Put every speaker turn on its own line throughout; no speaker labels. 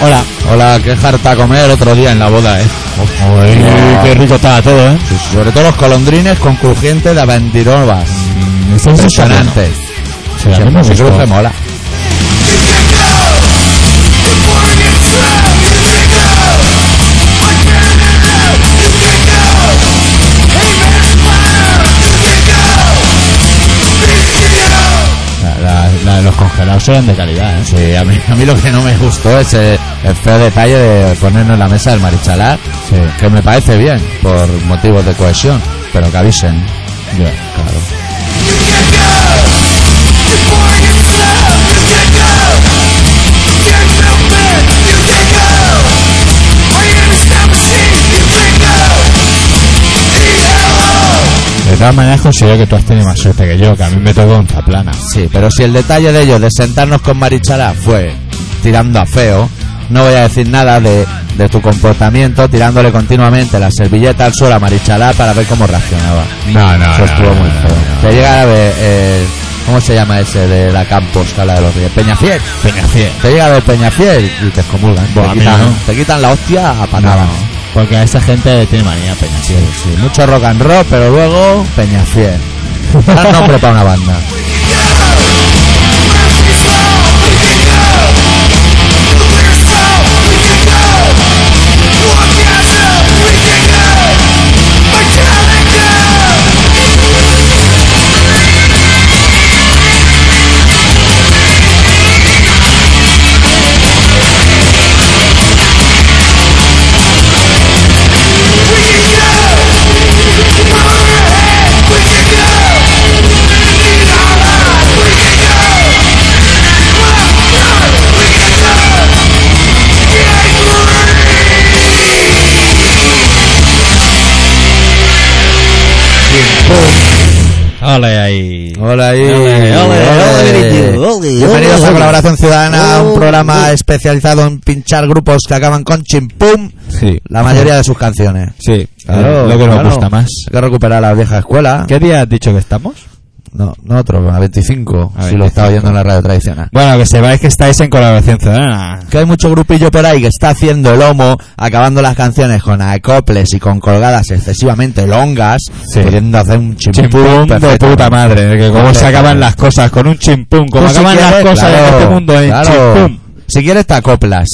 Hola.
Hola, qué jarta comer otro día en la boda, ¿eh?
Uy, qué rico está todo, ¿eh?
Sobre todo los colondrines con crujiente de bandirobas.
Está
Impresionante.
Se la
Siempre
hemos
se
visto.
cruje mola.
La, la- la de los congelados eran de calidad, ¿eh?
Sí, a mí, a mí lo que no me gustó es eh, el feo detalle de ponernos en la mesa del marichalar,
Sí.
que me parece bien, por motivos de cohesión, pero que avisen.
Ya.
Claro.
De todas maneras considero que tú has tenido más suerte que yo, que a mí me tocó un plana.
Sí, pero si el detalle de ellos de sentarnos con Marichalar fue tirando a feo, no voy a decir nada de, de tu comportamiento tirándole continuamente la servilleta al suelo a Marichalar para ver cómo reaccionaba.
No, no,
Eso
no,
estuvo
no,
muy
no,
feo. Te llega a ver, eh, ¿cómo se llama ese de la Campos que habla de los reyes? Peñafiel.
Peñafiel.
Te llega a ver Peñafiel y te excomulgan.
Buah, a
te,
mí
quitan,
no.
te quitan la hostia a patadas.
No, porque a esa gente tiene manía Peñafiel.
Sí, mucho rock and roll, pero luego Peñafiel. Gran nombre para una banda.
Ole ahí.
Hola ahí.
Ole, ole,
ole, tío, ole,
Bienvenidos
ole,
a
ole.
Colaboración Ciudadana, un
Ole.
programa especializado en pinchar grupos que acaban con chimpum
Sí.
la mayoría de sus canciones.
Sí,
Claro,
lo que nos
claro.
gusta más.
Hay que recuperar la vieja escuela.
¿Qué día has dicho que estamos?
No, no otro, a 25,
A
si lo
25.
estaba oyendo en la radio tradicional.
Bueno, que sepáis que estáis en colaboración ciudadana.
Que hay mucho grupillo por ahí que está haciendo el homo, acabando las canciones con acoples y con colgadas excesivamente longas,
Sí.
pudiendo hacer un chimpum
Chimpún de
perfecto.
puta madre, que como se acaban las cosas con un chimpún, como
Tú si
acaban las
quieres,
cosas en
claro,
este mundo en
claro.
chimpún.
Si quieres te acoplas,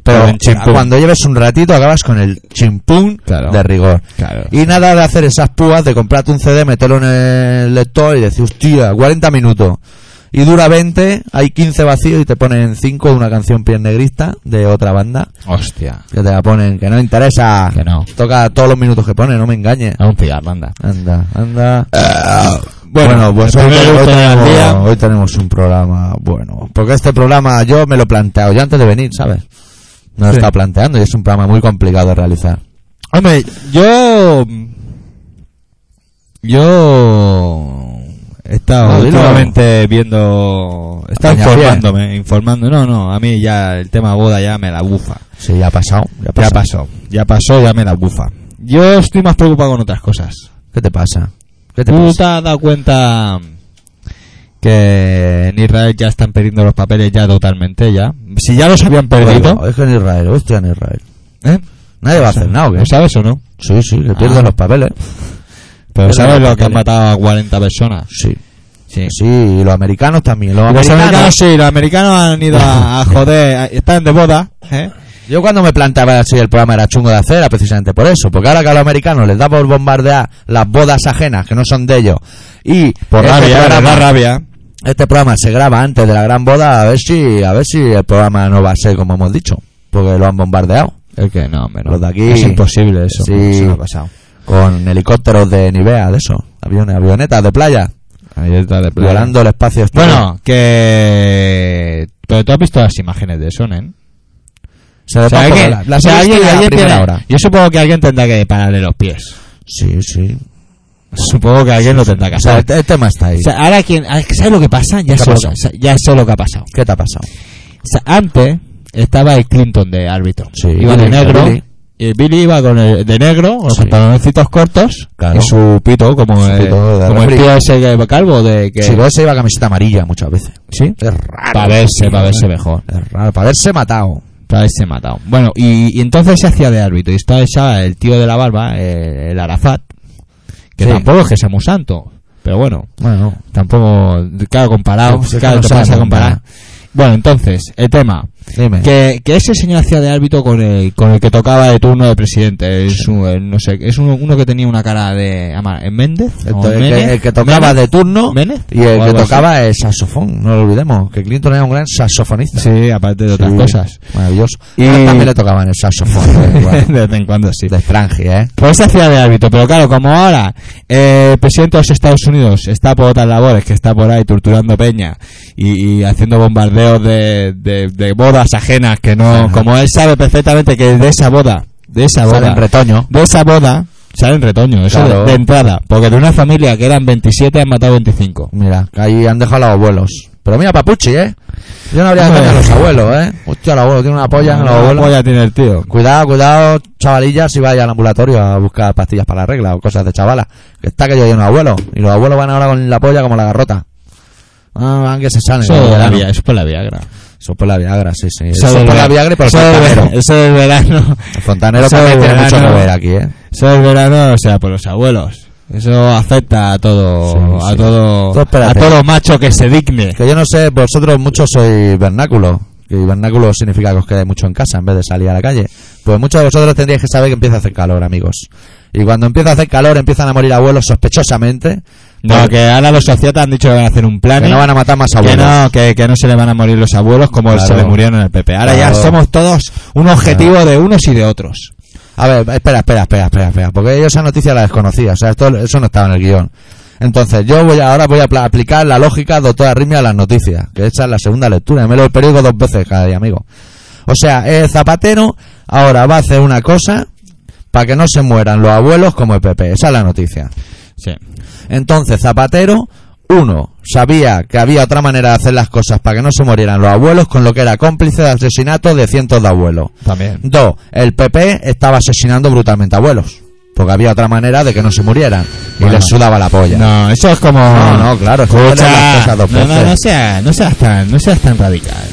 pero eh,
Con el chimpún.
cuando lleves un ratito acabas con el chimpún
Claro.
de rigor.
Claro.
Y nada de hacer esas púas de comprarte un CD, meterlo en el lector y decir, hostia, 40 minutos. Y dura 20, hay 15 vacíos y te ponen 5 de una canción piel negrista de otra banda.
Hostia.
Que te la ponen, que no interesa.
Que no. Ah.
Toca todos los minutos que pone, no me engañes.
A un cigarro, anda.
Anda, anda.
bueno,
Bueno, pues
el
hoy,
primer
hoy
gusto del
tenemos,
día.
hoy tenemos un programa bueno. Porque este programa yo me lo he planteado yo antes de venir, ¿sabes? No lo
Sí.
está planteando y es un programa muy complicado de realizar.
Hombre, yo. Yo. He estado
No, dilo.
últimamente viendo. He estado
Peñafiel.
informándome, informando. No, no, a mí ya el tema boda ya me la bufa.
Sí, ya ha pasado. Ya, ha
Ya
pasado.
pasó, ya pasó, ya me la bufa. Yo estoy más preocupado con otras cosas.
¿Qué te pasa? ¿Qué te
¿Tú
pasa?
te has dado cuenta que en Israel ya están perdiendo los papeles ya totalmente ya? Si ya los habían perdido,
Oigo, Es que en Israel, hostia, en Israel.
¿eh?
Nadie va a hacer nada, ¿o qué?
¿Lo sabes o no?
Sí, sí, le pierden
Ah.
los papeles.
Pero
Pierden
sabes
los
lo que han
papeles.
matado a 40 personas.
Sí.
Sí. Pues
Sí, y los americanos también. Los,
Los
americanos.
americanos sí, los americanos han ido a, a joder, a- están de boda, ¿eh?
Yo cuando me planteaba si el programa era chungo de hacer era precisamente por eso, porque ahora que a los americanos les da por bombardear las bodas ajenas que no son de ellos y
Por
este
rabia, les da
programa,
rabia.
este programa se graba antes de la gran boda a ver si a ver si el programa no va a ser como hemos dicho, porque lo han bombardeado
Es que no, menos.
Los de aquí-
Es imposible eso.
Sí.
eso no ha pasado.
con helicópteros de Nivea, de eso, aviones, avionetas de playa,
Ahí está de plano.
violando el espacio. este. exterior.
Bueno, que... Pero tú has visto las imágenes de eso, ¿eh?
se
O sea,
depara
alguien-
la, la
o sea,
has visto
alguien-
ya a
alguien
primera
tiene-
hora.
Yo supongo que alguien tendrá que pararle los pies.
Sí, sí.
Supongo que alguien lo tendrá que
O sea,
hacer.
el, el tema está ahí.
O sea, ahora quien, ah, ¿sabes lo que pasa? Ya
¿Qué
sé
ha
lo
pasado?
que, ya sé lo que ha pasado.
¿Qué te ha pasado?
O sea, antes estaba el Clinton de árbitro.
Sí,
iba de
Billy,
negro.
Billy.
Y el Billy iba con el de negro, con los
Sí.
pantaloncitos cortos.
Claro.
Y su pito, como,
Su
el,
pito de
como el
refri.
tío ese que- calvo de que...
Si luego se iba camiseta amarilla muchas veces.
¿Sí?
Es raro.
Para verse, para verse mejor.
Es raro, para haberse matado.
para ese matado. Bueno, y, y entonces se hacía de árbitro. Y estaba esa, el tío de la barba, eh, el Arafat, que
Sí.
tampoco es que sea muy santo. Pero bueno,
Bueno,
tampoco, claro, comparado,
Pues es que
Ah, claro,
no
te
sabe
pones a comparar.
comparar.
Bueno, entonces, el tema,
dime.
que, que ese señor hacía de árbitro con el, con el que tocaba de turno de presidente, es un- el no sé, es uno, uno que tenía una cara de, ama- ¿en Méndez?
El,
¿O
to- el
Ménez?
que, el que tocaba
Ménez.
de turno
Ménez,
y el
o
que
algo así.
tocaba el saxofón. No lo olvidemos, que Clinton era un gran saxofonista.
Sí, aparte de otras
Sí.
cosas.
Maravilloso.
Y-
A él también le tocaban el saxofón. eh, bueno,
de vez en cuando sí.
de frangia, ¿eh?
Pues se hacía de árbitro, pero claro, como ahora eh, el presidente de los Estados Unidos está por otras labores, que está por ahí torturando peña y, y haciendo bombardeos de, de, de bodas ajenas, que no,
Ajá.
como él sabe perfectamente que de esa boda, de esa boda,
Salen retoño.
de esa boda salen retoño, eso
Claro.
de, de entrada, porque de una familia que eran 27 han matado 25.
Mira, que ahí han dejado a los abuelos. Pero mira, Papuchi, ¿eh? Yo no habría
Hombre.
dejado a los abuelos, ¿eh? Hostia, el abuelo tiene una polla en los
Una
abuelos.
polla tiene el tío.
Cuidado, cuidado, chavalillas, si vais al ambulatorio a buscar pastillas para la regla o cosas de chavala. Que está que yo lleno de abuelos. Y los abuelos van ahora con la polla como la garrota. Ah, van que se salen.
Eso,
en el
de la
verano.
via- eso por la Viagra.
Eso por la Viagra, sí, sí. Eso,
del
por la
verano.
Viagra y por el
Eso del
fontanero.
verano. Eso del verano.
El fontanero
Eso del
también tiene mucho que
verano.
ver aquí, ¿eh?
Eso es verano, o sea, por los abuelos. Eso afecta a todo,
Sí,
a
sí.
todo,
Tú
a
espérate.
todo macho que se digne.
Que yo no sé, vosotros muchos sois vernáculos. Y vernáculo significa que os quedáis mucho en casa en vez de salir a la calle. Pues muchos de vosotros tendríais que saber que empieza a hacer calor, amigos. Y cuando empieza a hacer calor empiezan a morir abuelos sospechosamente.
No, que ahora los societas han dicho que van a hacer un plan.
que no van a matar más
que
abuelos.
no, que, que no se le van a morir los abuelos como
Claro.
se le murieron en el PP. Ahora ya
Claro.
somos todos un objetivo de unos y de otros.
A ver, espera, espera, espera, espera, espera, porque yo esa noticia la desconocía, o sea, esto, eso no estaba en el guión. Entonces, yo voy a- ahora voy a pla- aplicar la lógica doctora Arritmia a las noticias, que esa es la segunda lectura, me leo el periódico dos veces cada día, amigo. O sea, el Zapatero ahora va a hacer una cosa para que no se mueran los abuelos como el PP, esa es la noticia.
Sí.
Entonces, Zapatero, uno, sabía que había otra manera de hacer las cosas para que no se murieran los abuelos, con lo que era cómplice de asesinato de cientos de abuelos.
También.
Dos, el PP estaba asesinando brutalmente a abuelos. Porque había otra manera de que no se murieran. Y
Bueno.
les sudaba la polla.
No, eso es como.
No, no, claro, es que
Escucha,
ponen las cosas dos
no, no,
veces.
no seas, no seas tan, no seas tan radical.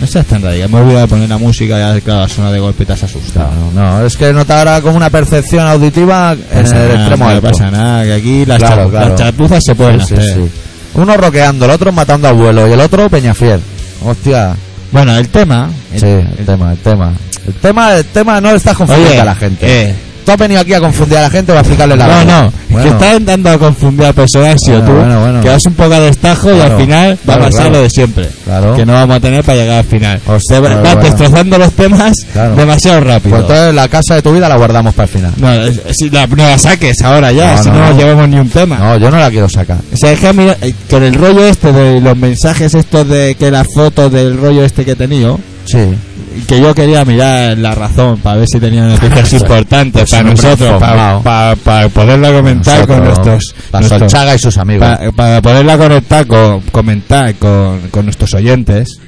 No seas tan radical. Me he olvidado de poner la música y ya, claro, suena de golpe y te has asustado.
No, no, es que notara como una percepción auditiva en
Pasa
el
nada,
extremo
No
alto.
pasa nada, que aquí las,
Claro,
chapu-
claro.
las chapuzas se pueden
Sí, sí,
hacer.
sí. Uno roqueando, el otro matando a abuelos y el otro Peñafiel. Hostia.
Bueno, el tema. el-
sí, el,
el-
tema, el tema. El tema, el tema no estás confundiendo
Oye,
a la gente.
eh.
Tú has venido aquí a confundir a la gente o a explicarle la
no,
verdad.
no,
Bueno.
que estás intentando confundir a personas,
Bueno,
tú,
bueno, bueno.
que das un poco a destajo y
Claro,
al final
claro,
va a pasar
claro.
lo de siempre.
Claro.
Que no vamos a tener para llegar al final.
Hostia,
Te va-
claro,
vas
bueno.
destrozando los temas
Claro.
demasiado rápido.
Pues entonces la casa de tu vida la guardamos para el final.
no, es- si la, no la saques ahora ya,
No,
si no,
no,
no
no.
llevamos ni un tema.
No, yo no la quiero sacar.
O sea, es que mira, eh, con el rollo este de los mensajes estos de que las fotos del rollo este que he tenido,
Sí.
que yo quería mirar la razón para ver si tenía noticias importantes
Pues
para
un hombre
nosotros, para,
informado.
para, para poderla comentar con nuestros,
La
nuestros-
Solchaga y sus amigos.
para, para poderla conectar con, comentar con, con nuestros oyentes.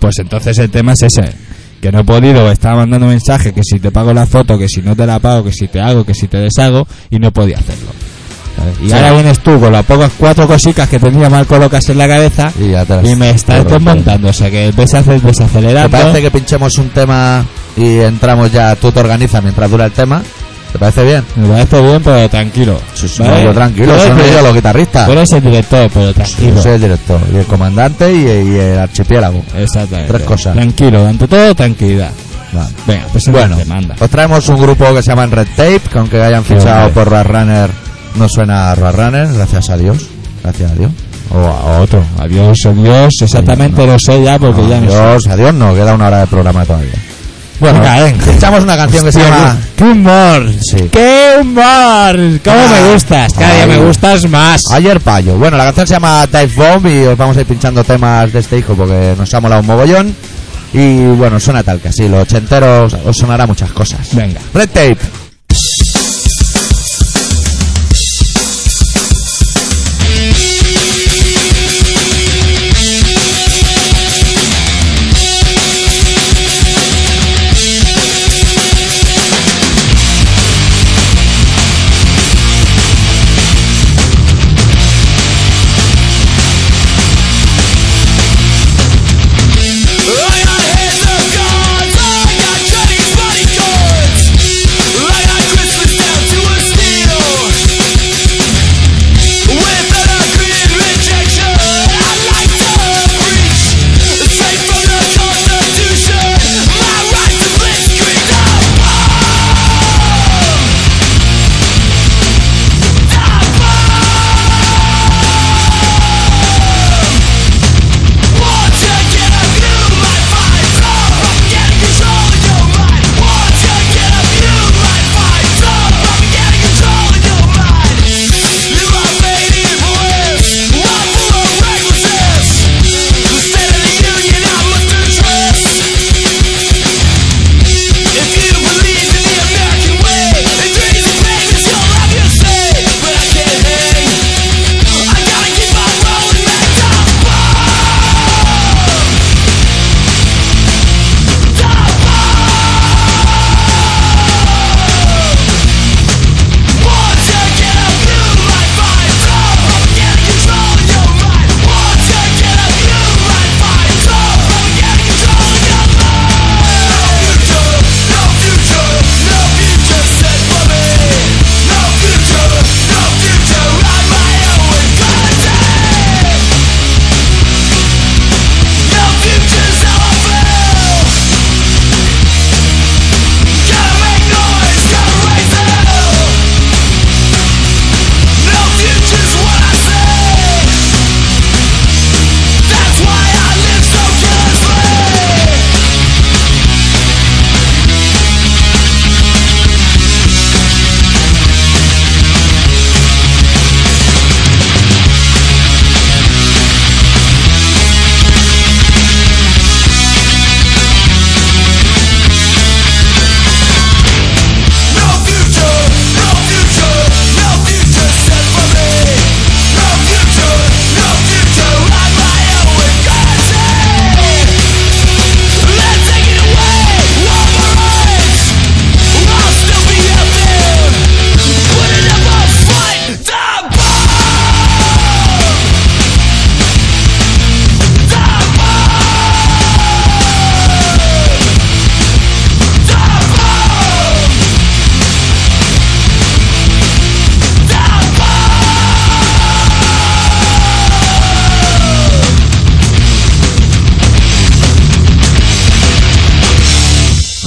Pues entonces el tema es ese, que no he podido, estaba mandando mensajes que si te pago la foto, que si no te la pago, que si te hago, que si te deshago y no podía hacerlo. Y
Sí.
ahora vienes tú con las pocas cuatro cositas que tenía mal colocadas en la cabeza
Y ya te las-
y me
te
estás
las-
desmontando, o sea que ves hacer
¿Te
desacelerando.
Pues, parece que pinchemos un tema y entramos ya? Tú te organizas mientras dura el tema. ¿Te parece bien?
Me parece bien, pero tranquilo. ¿vale?
No, yo tranquilo,
Tú eres
son
el-
ellos los guitarristas.
tú eres el director, pero
Yo
tranquilo.
soy el director, y el comandante y, y el archipiélago.
Exactamente.
Tres cosas.
Tranquilo, ante todo, tranquilidad.
Vale.
Venga, pues
Bueno,
demanda.
os traemos un grupo que se llama Red Tape, que aunque hayan
Qué
fichado
hombre.
por Runner, no suena a Runner, gracias a Dios. Gracias a Dios.
O a otro. Adiós, adiós. Exactamente lo sé ya porque ya no sé.
Adiós, adiós, no, queda una hora de programa todavía. Bueno,
Venga, venga.
echamos una canción que se
Hostia,
llama...
¡Qué humor!
Sí.
¡Qué humor! ¿Cómo
Ah.
me gustas? Cada día
Ay.
me gustas más.
Ayer Payo. Bueno, la canción se llama Dive Bomb y os vamos a ir pinchando temas de este hijo porque nos ha molado un mogollón. Y bueno, suena tal que así, los ochenteros os sonará muchas cosas.
Venga.
Red Tape.
Lion hands of God,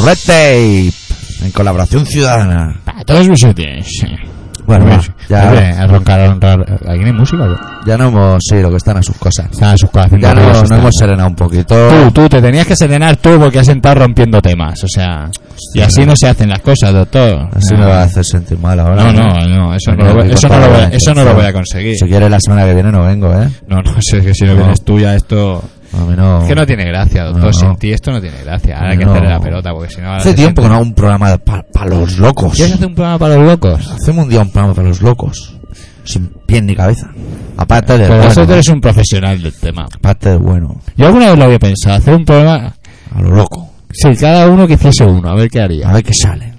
Red Tape, en colaboración ciudadana.
Para todos vosotros.
Bueno,
Hombre,
va, ya-
hombre, a roncar, a honrar. ¿Aquí no hay música? o
Ya no hemos, sí, lo que están a sus cosas.
qué? Nada, sus cosas haciendo
Ya no,
ruidos,
nos
pues está.
hemos serenado un poquito.
Tú, tú, te tenías que serenar tú porque has estado rompiendo temas. O sea, y así no se hacen las cosas, doctor.
Así
no,
me va a hacer sentir mal ahora.
no, no, no, eso, no
Venía
lo, voy-
rico
eso, no
para
lo voy,
la
eso no lo
intención.
voy a conseguir.
Si quieres la semana que viene no vengo, ¿eh?
No, no, sé que si no
No.
vienes tú ya esto...
A mí no.
Es que no tiene gracia, doctor.
No.
Sin ti esto no tiene gracia. Ahora hay que
No.
hacerle la pelota porque si no... ahora
Hace
se
tiempo que
siente-
no hago un programa para los locos.
¿Quieres hacer un programa para los locos?
Hacemos un día un programa para los locos. Sin pie ni cabeza. Aparte del
Pero
bueno.
Pues vosotros eres un profesional del tema.
Aparte del bueno.
Yo alguna vez lo había pensado, hacer un programa...
A lo loco.
Sí, cada uno que hiciese uno, a ver qué
A
haría.
ver qué sale.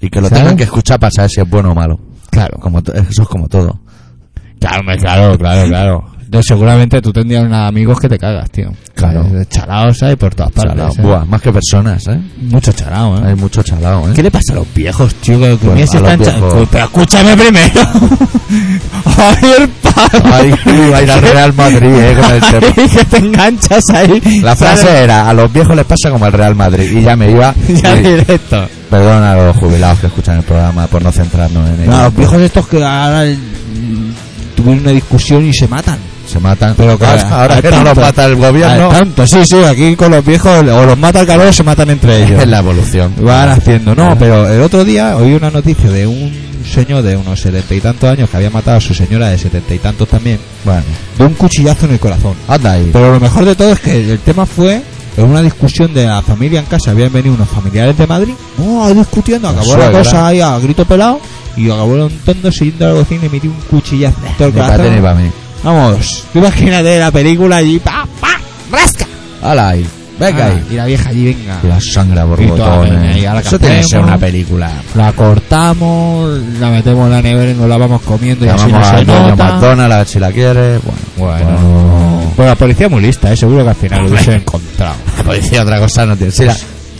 Y que lo
¿Sabes?
tengan que escuchar para saber si es bueno o malo.
Claro,
Como to- eso es como todo.
claro, hombre, claro, claro, claro. Entonces, seguramente tú tendrías unos amigos que te cagas, tío.
Claro.
Eh, Chalaos hay por todas partes.
Chalao.
¿eh?
Buah, más que personas, ¿eh?
Mucho chalao, ¿eh?
Hay mucho chalao, ¿eh?
¿Qué le pasa a los viejos, tío? Que que
Pues,
mira si
a los
están cha-
viejos.
Pero escúchame primero. Javier Pardo.
Ay, iba a ir uh, al Real Madrid, eh, con el tema.
que te enganchas ahí.
La frase era, a los viejos les pasa como al Real Madrid. Y ya me iba.
Ya
y-
directo.
Perdón a los jubilados que escuchan el programa por no centrarnos en ello.
No, los viejos estos que ahora mm, tuvieron una discusión y se matan.
Se matan.
Pero claro,
ahora, ahora
hay
que no
tanto.
los mata el
Ah,
gobierno,
Tanto, sí, sí, aquí con los viejos o los mata el calor o se matan entre ellos.
es la evolución.
Van haciendo,
Claro.
no, pero el otro día oí una noticia de un señor de unos setenta y tantos años que había matado a su señora de setenta y tantos también,
Bueno,
de un cuchillazo en el corazón.
anda ahí.
Pero lo mejor de todo es que el tema fue en una discusión de la familia en casa. Habían venido unos familiares de Madrid. No, ahí discutiendo. Acabó la,
suegra.
cosa ahí a grito pelado. Y acabaron tontos yendo a la cocina y metí un cuchillazo en todo el
Ni para ti ni
corazón.
para mí.
Vamos, tú imagínate la película allí. ¡Pa, pa! ¡Rasca!
Hala ahí. Venga
Ah,
ahí.
Y la vieja allí, venga.
La sangre a
toda la peña ahí, ahora
borbotones.
que
Eso tiene que ser
hacemos.
una película.
La cortamos, la metemos en la nevera y nos la vamos comiendo y así no
Llamamos
se
a Doña
nota.
McDonald's a ver si la quiere. Bueno,
Bueno. Bueno, la policía muy lista, ¿eh? seguro que al final lo
Hombre.
hubiesen encontrado.
La policía otra cosa no tiene. Sí, la-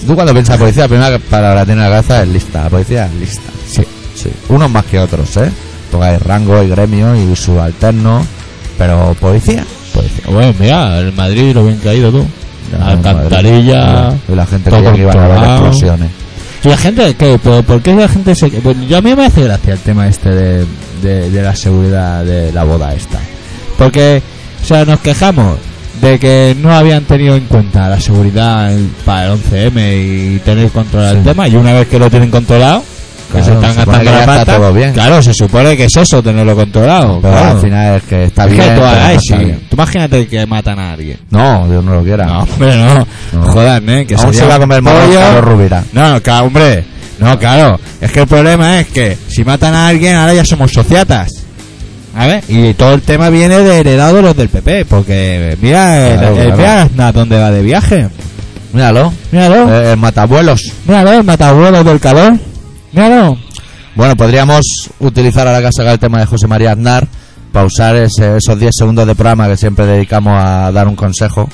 tú cuando piensas policía, la primera palabra que tiene en la cabeza es lista. La policía es lista.
Sí.
Sí. Unos más que otros, ¿eh? Porque hay rango, hay gremio y subalterno. Pero policía, policía.
Bueno, mira, el Madrid lo bien caído tú. Alcantarilla.
Y la gente
todo
creía que iban a haber
controlado.
explosiones.
¿Y la gente qué? ¿Por, por qué la gente se.? Pues yo a mí me hace gracia el tema este de, de, de la seguridad de la boda esta. Porque, o sea, nos quejamos de que no habían tenido en cuenta la seguridad en- para el 11M y tener controlado el
Sí.
tema. Y una vez que lo tienen controlado. que
Claro,
se están
se supone
gastando
que
la
ya está
pasta.
todo bien.
Claro, se supone que es eso tenerlo controlado.
Pero
claro.
al final es que está
Es que
bien.
tú-
pero no
ay,
está
sí.
bien.
Tú imagínate que matan a alguien.
No, Dios no lo quiera.
No, hombre, no.
No.
Jodan, ¿eh? Que
Aún
sería
se va a comer
un
morro
pollo.
Carlos Rubira.
No, ca- hombre. No, claro. Es que el problema es que si matan a alguien, ahora ya somos sociatas. A ver, y todo el tema viene de heredado de los del PP, porque mira, el,
Claro,
el- el
claro.
mira Aznar dónde va de viaje.
Míralo.
Míralo,
Eh, el matabuelos.
míralo, el matabuelo del calor. Míralo.
Bueno, podríamos utilizar ahora que ha sacado el tema de José María Aznar para usar ese- esos 10 segundos de programa que siempre dedicamos a dar un consejo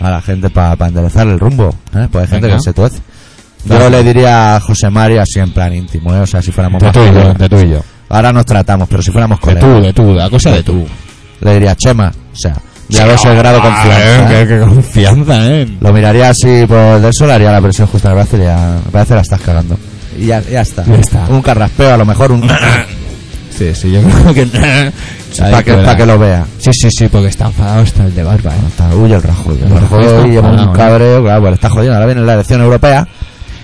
a la gente para enderezar el rumbo. ¿eh? Pues hay gente
Venga.
que se tuerce. Yo
Dale.
le diría a José María así en plan íntimo, ¿eh? o sea, si fuéramos más colegas.
tú y yo.
Ahora nos tratamos, pero si fuéramos
De
colegas,
tú, de tú, la cosa de tú.
le diría Chema, o sea, ya ves el grado de
Ah,
confianza.
eh, qué- qué confianza, eh.
Lo miraría así por del sol, haría la presión justa en el brazo y diría, me parece que la estás cagando. Y ya, ya está.
Ya está.
Un carraspeo, a lo mejor un...
Sí, sí, yo creo que.
para que, pa' que lo vea.
Sí, sí, sí, porque está enfadado hasta el de barba, ¿eh?
Está, huye el Rajoy. El
El Rajoy está
Rajoy lleva
enfadado,
un
¿no?
cabreo, claro, pues le está jodiendo. Ahora viene la elección europea.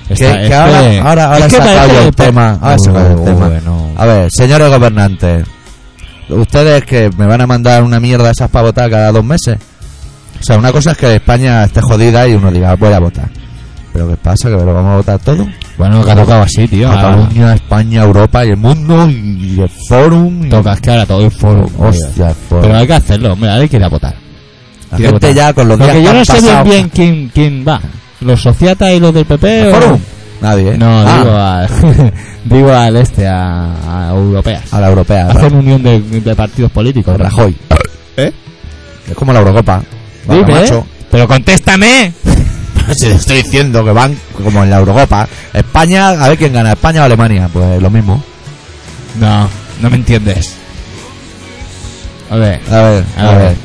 Está-
que,
es
que ahora,
que-
ahora, ahora
es que
se acaba
parece
el
que-
tema. Ahora se acaba el
Uy,
tema.
bueno.
A ver, señores gobernantes, ustedes que me van a mandar una mierda de esas para votar cada dos meses. O sea, una cosa es que España esté jodida y uno diga, voy a votar. Pero ¿qué pasa? ¿Que lo vamos a votar todo?
Bueno, que ha tocado así,
Ah,
tío. Ahora
Cataluña, España, Europa y el mundo y el forum. y-
toca, es que ahora todo el foro.
Hostia, el fórum.
Pero hay que hacerlo, hombre, hay que ir a votar.
La
Quiero
gente
votar.
ya con los días
Porque
que
yo
han
no sé bien,
pasado-
bien quién, quién va. ¿Los sociatas y los del PP?
¿El
o-
forum? Nadie. ¿eh?
No,
Ah,
digo, al, digo al este, a, a europeas.
a la europea.
Hacen
Ra-
unión de, de partidos políticos.
Rajoy.
¿Eh?
Es como la Eurocopa. Va,
Dime,
macho.
¿eh? Pero contéstame.
Si te estoy diciendo que van como en la Eurocopa. España, a ver quién gana, España o Alemania. Pues lo mismo.
No, no me entiendes. A ver.
A ver, a,
A
ver.
ver.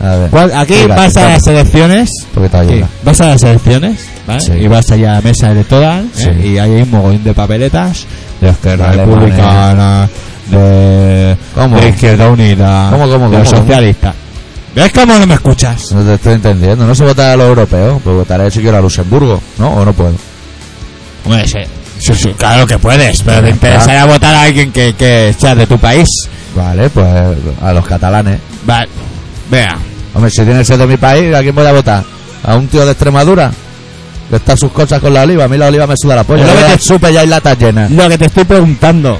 A A ver.
¿Cuál- Aquí
Mira,
vas a
dame
las elecciones.
un poquito de
aquí,
ayuda.
vas a las elecciones, ¿vale?
Sí.
Y vas allá a mesa electoral.
Sí.
¿eh? Y ahí hay un mogollón de papeletas de Esquerra
Alemanes.
Republicana, de,
¿Cómo?
de Izquierda Unida,
¿Cómo, cómo,
de
cómo,
los
cómo?
socialistas. ¿Ves cómo no me escuchas?
No te estoy entendiendo. No se votará a los europeos, pues votaré si quiero a Luxemburgo, ¿no? O no puedo.
Hombre, sí. Sí, sí, claro que puedes, pero te interesará votar a alguien que, que sea de tu país.
Vale, pues a los catalanes.
Vale, vea.
Hombre, si tiene que ser de mi país, ¿a quién voy a votar? ¿A un tío de Extremadura? Que está sus cosas con la oliva. A mí la oliva me suda la polla.
Es lo
Yo
que
voy
te-
al súper y hay latas llenas.
Lo que te estoy preguntando.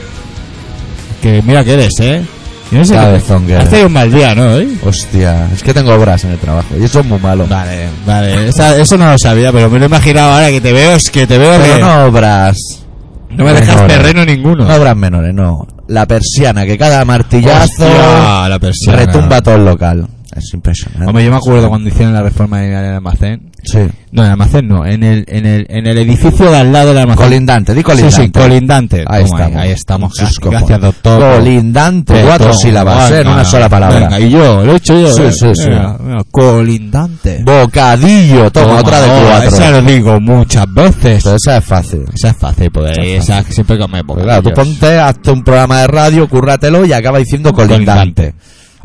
Que mira que eres, ¿eh? Yo no sé
Cabezón que
Has
eres.
tenido un mal día, ¿no? hoy?
Hostia, es que tengo obras en el trabajo y eso es muy malo.
Vale, vale. Esa- eso no lo sabía, pero me lo he imaginado ahora que te veo, es que te veo
Pero
que
no obras.
no me dejas
menores.
terreno ninguno.
No obras menores, no. La persiana, que cada martillazo
Hostia, la persiana.
retumba todo el local. Es impresionante.
Hombre, yo me acuerdo cuando hicieron la reforma en el almacén.
Sí.
No, en el almacén no, en el, en el, en el edificio de al lado del almacén.
Colindante, di
Sí,
colindante.
sí, colindante.
Ahí
Toma,
estamos.
Ahí estamos.
Sus
Gracias,
cojones.
gracias, doctor.
Colindante,
Doctor.
cuatro sílabas,
Venga,
eh, en una sola palabra.
Venga, y yo, lo he hecho yo.
Sí,
eh.
sí, sí.
Venga, venga, colindante.
Bocadillo, toma, otra de
no,
cuatro.
Esa lo digo muchas veces.
Pero esa es fácil.
Esa es fácil, pues.
Esa es
Esa siempre que me
Pues claro, tú ponte, hazte un programa de radio, currátelo y acaba diciendo colindante.
Colindante.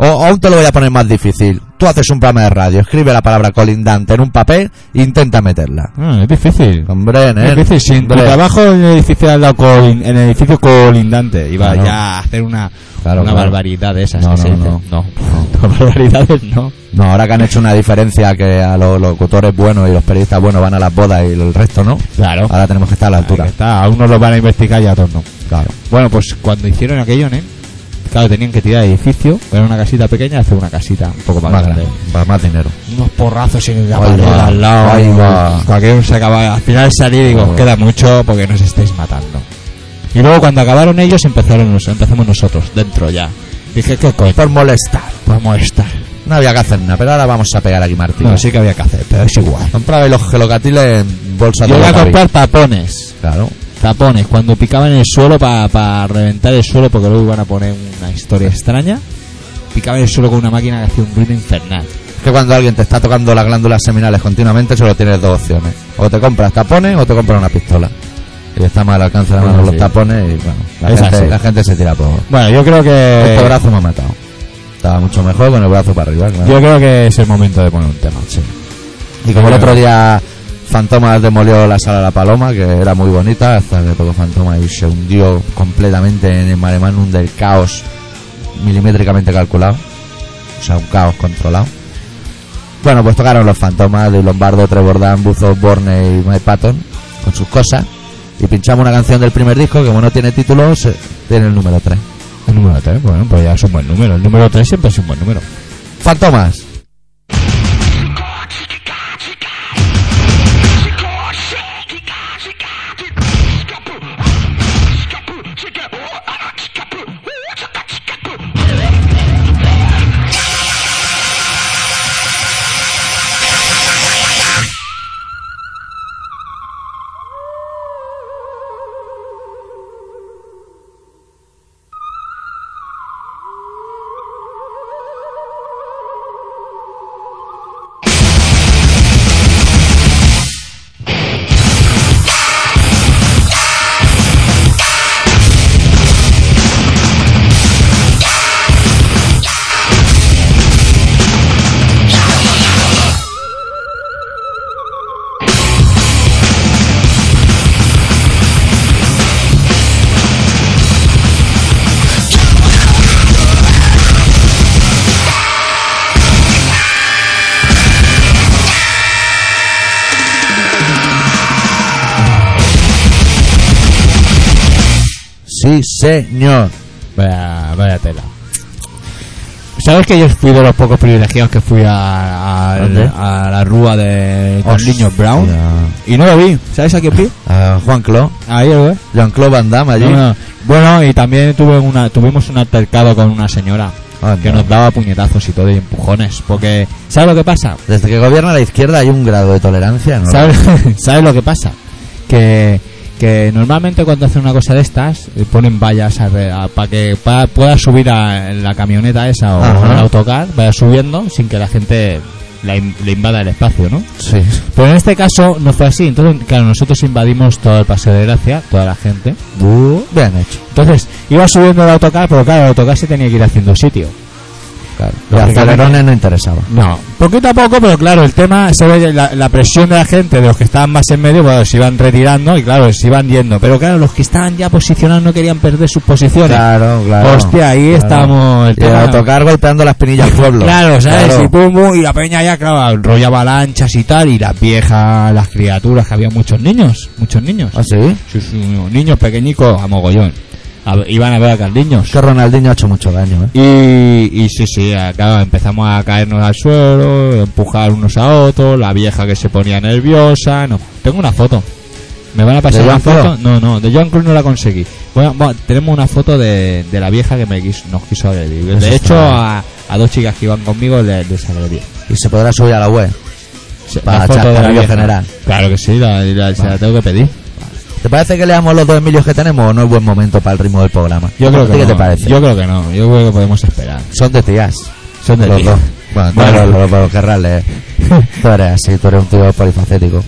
O, aún te lo voy a poner más difícil. Tú haces un programa de radio, escribe la palabra colindante en un papel e intenta meterla.
Ah, es difícil.
Hombre,
Es
¿eh?
difícil. Si en tu
Hombre.
trabajo en el edificio al lado colin- en el edificio colindante, iba
Claro.
ya a hacer una,
Claro,
una
claro.
barbaridad de esas.
No, no,
que se dicen.
no.
no. barbaridades no.
No, ahora que han hecho una diferencia que a los locutores buenos y los periodistas buenos van a las bodas y el resto no.
Claro.
Ahora tenemos que estar a la
Ahí
altura.
está, a unos los van a investigar y a otros no.
Claro.
Bueno, pues cuando hicieron aquello, ¿eh? Claro, tenían que tirar el edificio, era una casita pequeña, hacer una casita un poco más
Más,
grande.
para más dinero.
unos porrazos en la
Ahí
pared
va,
al lado.
ahí va.
Cualquier se acaba. Al final salí y digo,
Ahí va.
os queda mucho porque nos estáis matando. Y luego cuando acabaron ellos empezaron nos- empezamos nosotros, dentro ya. Dije, ¿qué coño?
Por molestar.
Vamos a estar.
No había que hacer nada, pero ahora vamos a pegar aquí Martín.
No, sí que había que hacer, pero es igual.
Comprabais los gelocatiles en bolsas
Yo
de
voy a
bocadillo.
comprar tapones.
Claro.
Tapones, cuando picaban el suelo para reventar el suelo, porque luego iban a poner una historia extraña, picaban el suelo con una máquina que hacía un ruido infernal.
que cuando alguien te está tocando las glándulas seminales continuamente solo tienes dos opciones o te compras tapones o te compras una pistola y está mal alcance de la mano
Sí.
los tapones y bueno la
Es
gente,
así. Eh,
la gente se tira por
Bueno, yo creo que.
este brazo me ha matado estaba mucho mejor con el brazo para arriba claro.
Yo creo que es el momento de poner un tema. Sí.
y como el otro día Fantomas demolió la sala de la Paloma que era muy bonita hasta que tocó Fantomas y se hundió completamente en el mare magnum del caos milimétricamente calculado o sea un caos controlado Bueno, pues tocaron los fantomas de Lombardo, Trebordán, Buzo, Borne y Mike Patton con sus cosas. Y pinchamos una canción del primer disco que, como no tiene título, se- tiene el número 3.
El número 3, bueno, pues ya es un buen número. El número 3 siempre es un buen número.
¡Fantomas! Sí, señor.
Vaya, vaya tela. ¿Sabes que yo fui de los pocos privilegiados que fui a, a-
¿Dónde?
a la rúa de
Hostia.
Carliños Brown? Y no lo vi. ¿Sabes a qué fui?
Ah, Juan Clo,
Ahí lo
Jean Claude Van Damme allí.
Bueno, y también tuve una, tuvimos un altercado con una señora
Anda.
que nos daba puñetazos y todo y empujones. Porque, ¿sabes lo que pasa?
Desde que gobierna la izquierda hay un grado de tolerancia, ¿no?
¿Sabes, sabes lo que pasa? Que, que normalmente cuando hacen una cosa de estas eh, ponen vallas para que pa- pueda subir a en la camioneta esa o
Ajá.
en el autocar, vaya subiendo sin que la gente la in- le invada el espacio, ¿no?
Sí.
Pero en este caso no fue así, entonces claro, nosotros invadimos todo el paseo de gracia, toda la gente.
bien hecho.
Entonces, iba subiendo el autocar, pero claro, el autocar se tenía que ir haciendo sitio.
Claro. Los
Lógicamente-
acelerones no interesaban.
No, poquito a poco, pero claro, el tema se ve la, la presión de la gente, de los que estaban más en medio, bueno, se iban retirando y claro, se iban yendo. Pero claro, los que estaban ya posicionados no querían perder sus posiciones.
Claro, claro.
Hostia, ahí
Claro.
estamos. El
Y el
tema-
autocar golpeando las pinillas al pueblo.
Claro, ¿sabes?
Claro. pues.
Y pum, pum, y la peña ya, claro, enrollaba lanchas y tal, y las viejas, las criaturas, que había muchos niños, muchos niños.
¿Ah, sí?
Sí, sí, niños pequeñicos a mogollón. A ver, iban a ver a Carliños.
Que Ronaldinho ha hecho mucho daño, ¿eh?
Y, y sí, sí, claro, empezamos a caernos al suelo, empujar unos a otros, la vieja que se ponía nerviosa. No, tengo una foto. ¿Me van a pasar
¿De
una
Joan
foto?
Cruyff?
No, no, de John Cruz no la conseguí. Bueno, bueno, tenemos una foto de, de la vieja que me quis- nos quiso agredir.
Eso
De
Pues está
hecho,
bien.
a, a dos chicas que iban conmigo le- les, agredí.
Y se podrá subir a la web.
Se-
Para
la foto
echar
de la
carrillo
vieja.
general.
Claro que sí, la- la- se la tengo que pedir.
¿Te parece que leamos los dos Emilios que tenemos o no es buen momento para el ritmo del programa?
Yo creo
¿A ti
que
¿Qué
no.
te parece?
Yo creo que no. Yo creo que podemos esperar.
Son de tías.
Son de
los
tías.
dos. Bueno,
Bueno.
claro, lo, lo querrás leer. eh. tú eres así, tú eres un tío polifacético.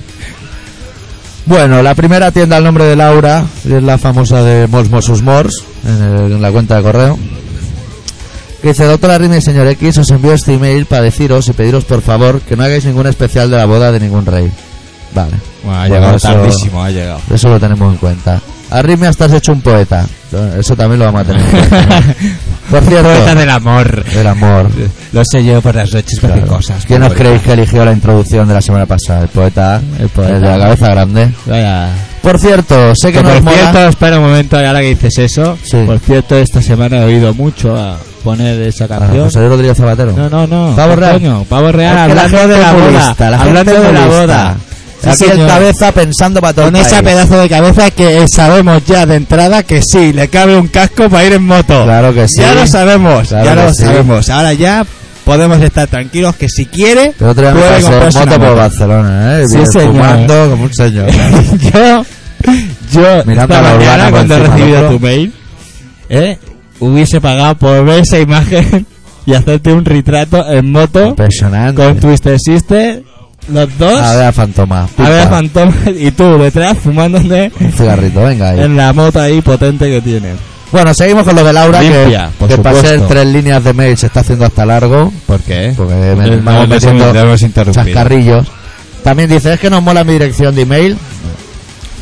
Bueno, la primera tienda al nombre de Laura es la famosa de Mors Morsus Mors en, el- en la cuenta de correo. Que dice, doctora Rima y señor X, os envío este email para deciros y pediros por favor que no hagáis ningún especial de la boda de ningún rey. Vale.
Bueno, ha
Bueno,
llegado
eso-
tardísimo, ha llegado.
Eso lo tenemos en cuenta. Arritmia, estás hecho un poeta. Eso también lo vamos a tener en cuenta. Por
Poeta
cierto,
del amor.
el amor.
Lo sé yo por las noches
Claro.
cosas.
¿Quién os creéis que eligió la introducción de la semana pasada? El poeta,
El poeta.
el de la cabeza grande.
Vaya.
Por cierto, sé que
Que
no os
por
mola-
cierto, espera un momento, ahora que dices eso.
Sí.
Por cierto, esta semana he oído mucho a poner esa
Ah,
canción.
José Rodríguez Zapatero.
no, no, no.
Pavo
¿qué
Real.
coño? Pavo Real
Es que la
hablando
gente
de la boda.
populista, la gente
hablando de la
populista.
boda. Sí,
Aquí el
señor.
cabeza pensando para todo
Con
el
esa
país.
pedazo de cabeza que eh, sabemos ya de entrada que sí, le cabe un casco para ir en moto.
Claro que sí.
Ya lo sabemos,
Claro
ya
que
lo
sí.
sabemos. Ahora ya podemos estar tranquilos que si quiere,
El otro día me
puede
pasé en
comprarse una
moto por
moto.
Barcelona, ¿eh?
Sí,
Bien,
señor.
Fumando como un señor.
yo, yo,
Mirando
esta
a la
mañana
urbana por
cuando
encima
he
del
recibido
otro.
tu mail, ¿eh? hubiese pagado por ver esa imagen y hacerte un retrato en moto
Impresionante.
con Twister Sister, los dos,
A ver a Fantoma.
a ver,
pipa.
Fantoma y tú detrás fumándote
Un cigarrito, venga ahí.
en la moto ahí potente que tiene.
Bueno, seguimos con lo de Laura,
Limpia,
que,
por
que para
supuesto.
ser tres líneas de mail se está haciendo hasta largo,
¿Por qué?
porque me vamos metiendo chascarrillos. También dice, es que nos mola mi dirección de email.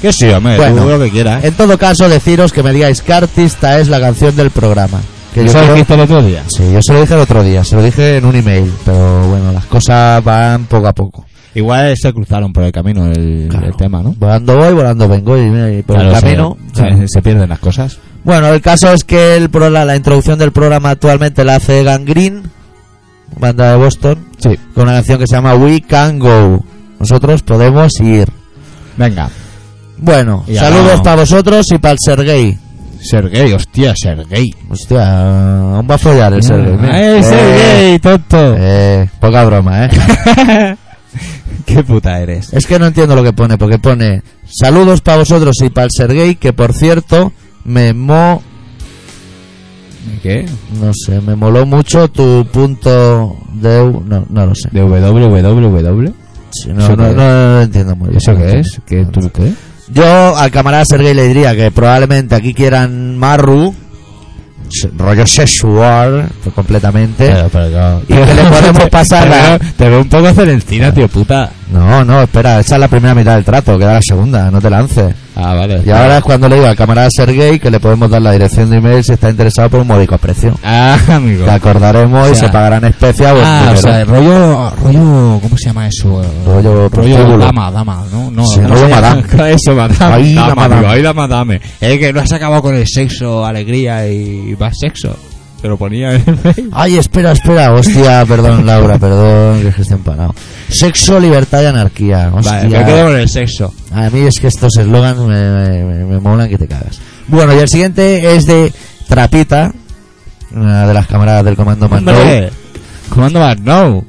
Que sí, hombre,
Bueno.
tú lo que quieras. ¿eh?
En todo caso, deciros que me digáis qué artista es la canción del programa. Que yo
¿Eso lo
creo-
dijiste el otro día?
Sí, yo se lo dije el otro día, se lo dije en un email, pero bueno, las cosas van poco a poco.
Igual se cruzaron por el camino el,
Claro.
el tema, ¿no?
Volando voy, volando vengo y, mira, y por el
Claro, se-
camino...
se-
claro.
se pierden las cosas.
Bueno, el caso es que el pro- la, la introducción del programa actualmente la hace Gangreen, banda de Boston,
Sí.
con una canción que se llama We Can Go. Nosotros podemos ir.
Venga.
Bueno,
Y
saludos
ahora-
para vosotros y para el Sergei.
Sergei, hostia, Sergei.
Hostia, aún va a follar el Sergei. mira.
¡Eh,
Eh,
Sergei, tonto!
eh, poca broma, ¿eh?
¡Qué puta eres!
es que no entiendo lo que pone, porque pone saludos para vosotros y para el Sergei, que por cierto me mo...
¿Qué?
No sé, me moló mucho tu punto de... No, no lo sé.
¿De www?
Sí, no,
¿Eso
no,
qué
no, no lo entiendo muy bien.
¿Eso qué es? ¿Qué,
No.
¿Tú qué?
Yo al camarada Sergei le diría que probablemente aquí quieran Marru, se- rollo sexual, pues, completamente.
pero
Y que le podemos pasar la-
Te veo un poco celestina, tío puta.
No, no, espera, esa es la primera mitad del trato, queda la segunda, no te lances.
Ah, vale.
Y ahora es cuando le digo al camarada Sergei que le podemos dar la dirección de email si está interesado por un módico precio.
Ah, amigo.
Te acordaremos
O
y
sea-
se pagarán especias. o en
Ah, o
dinero.
sea, el rollo, rollo, ¿cómo se llama eso?
Rollo
rollo
prostíbulo.
dama, dama, ¿no? no
Sí,
no
rollo
sé.
madame.
Eso, madame.
Ahí la
Dama,
madame.
digo, ahí la madame. Es que no has acabado con el sexo, alegría y más sexo. Te lo ponía en el mail.
Ay, espera, espera, hostia, perdón, Laura, perdón, que es que estoy empanado. Sexo, libertad y anarquía. Hostia.
Vale, me quedo con el sexo.
A mí es que estos eslogans me, me, me molan que te cagas. Bueno, y el siguiente es de Trapita, una de las camaradas del Comando Mando,
Hombre, Comando más no.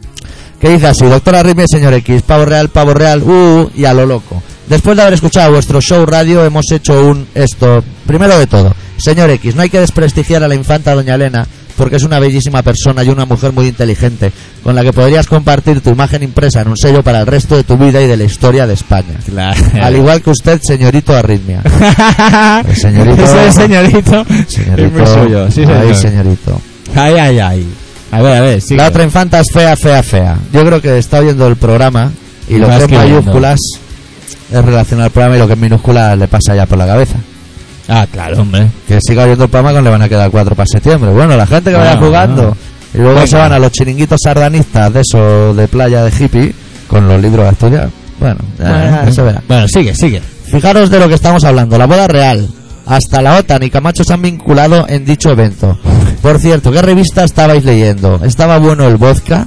que dice así, doctora Rime, señor X, pavo real, pavo real, uh, y a lo loco. Después de haber escuchado vuestro show radio, hemos hecho un esto. Primero de todo, señor X, no hay que desprestigiar a la infanta doña Elena, porque es una bellísima persona y una mujer muy inteligente, con la que podrías compartir tu imagen impresa en un sello para el resto de tu vida y de la historia de España.
Claro.
Al igual que usted, señorito Arritmia. El señorito-
Eso es señorito.
Señorito.
Es muy suyo. Sí,
Ay,
señor.
señorito.
Ay, ay, ay. A ver, a ver, sigue.
La otra infanta es fea, fea, fea. Yo creo que está oyendo el programa y lo
Vas
que es
escribiendo.
mayúsculas es relacionado al programa y lo que es minúsculas le pasa ya por la cabeza.
Ah, claro, hombre.
Que siga oyendo el programa cuando le van a quedar cuatro para septiembre. Bueno, la gente que vaya
Bueno,
jugando.
bueno.
Y luego
Venga.
se van a los chiringuitos sardanistas de esos de playa de hippie con los libros a estudiar. Bueno, eh, ya,
Bueno,
se verá.
Eh, Bueno, sigue, sigue.
Fijaros de lo que estamos hablando, la boda real. Hasta la OTAN y Camacho se han vinculado en dicho evento. Por cierto, ¿qué revista estabais leyendo? ¿Estaba bueno el vodka?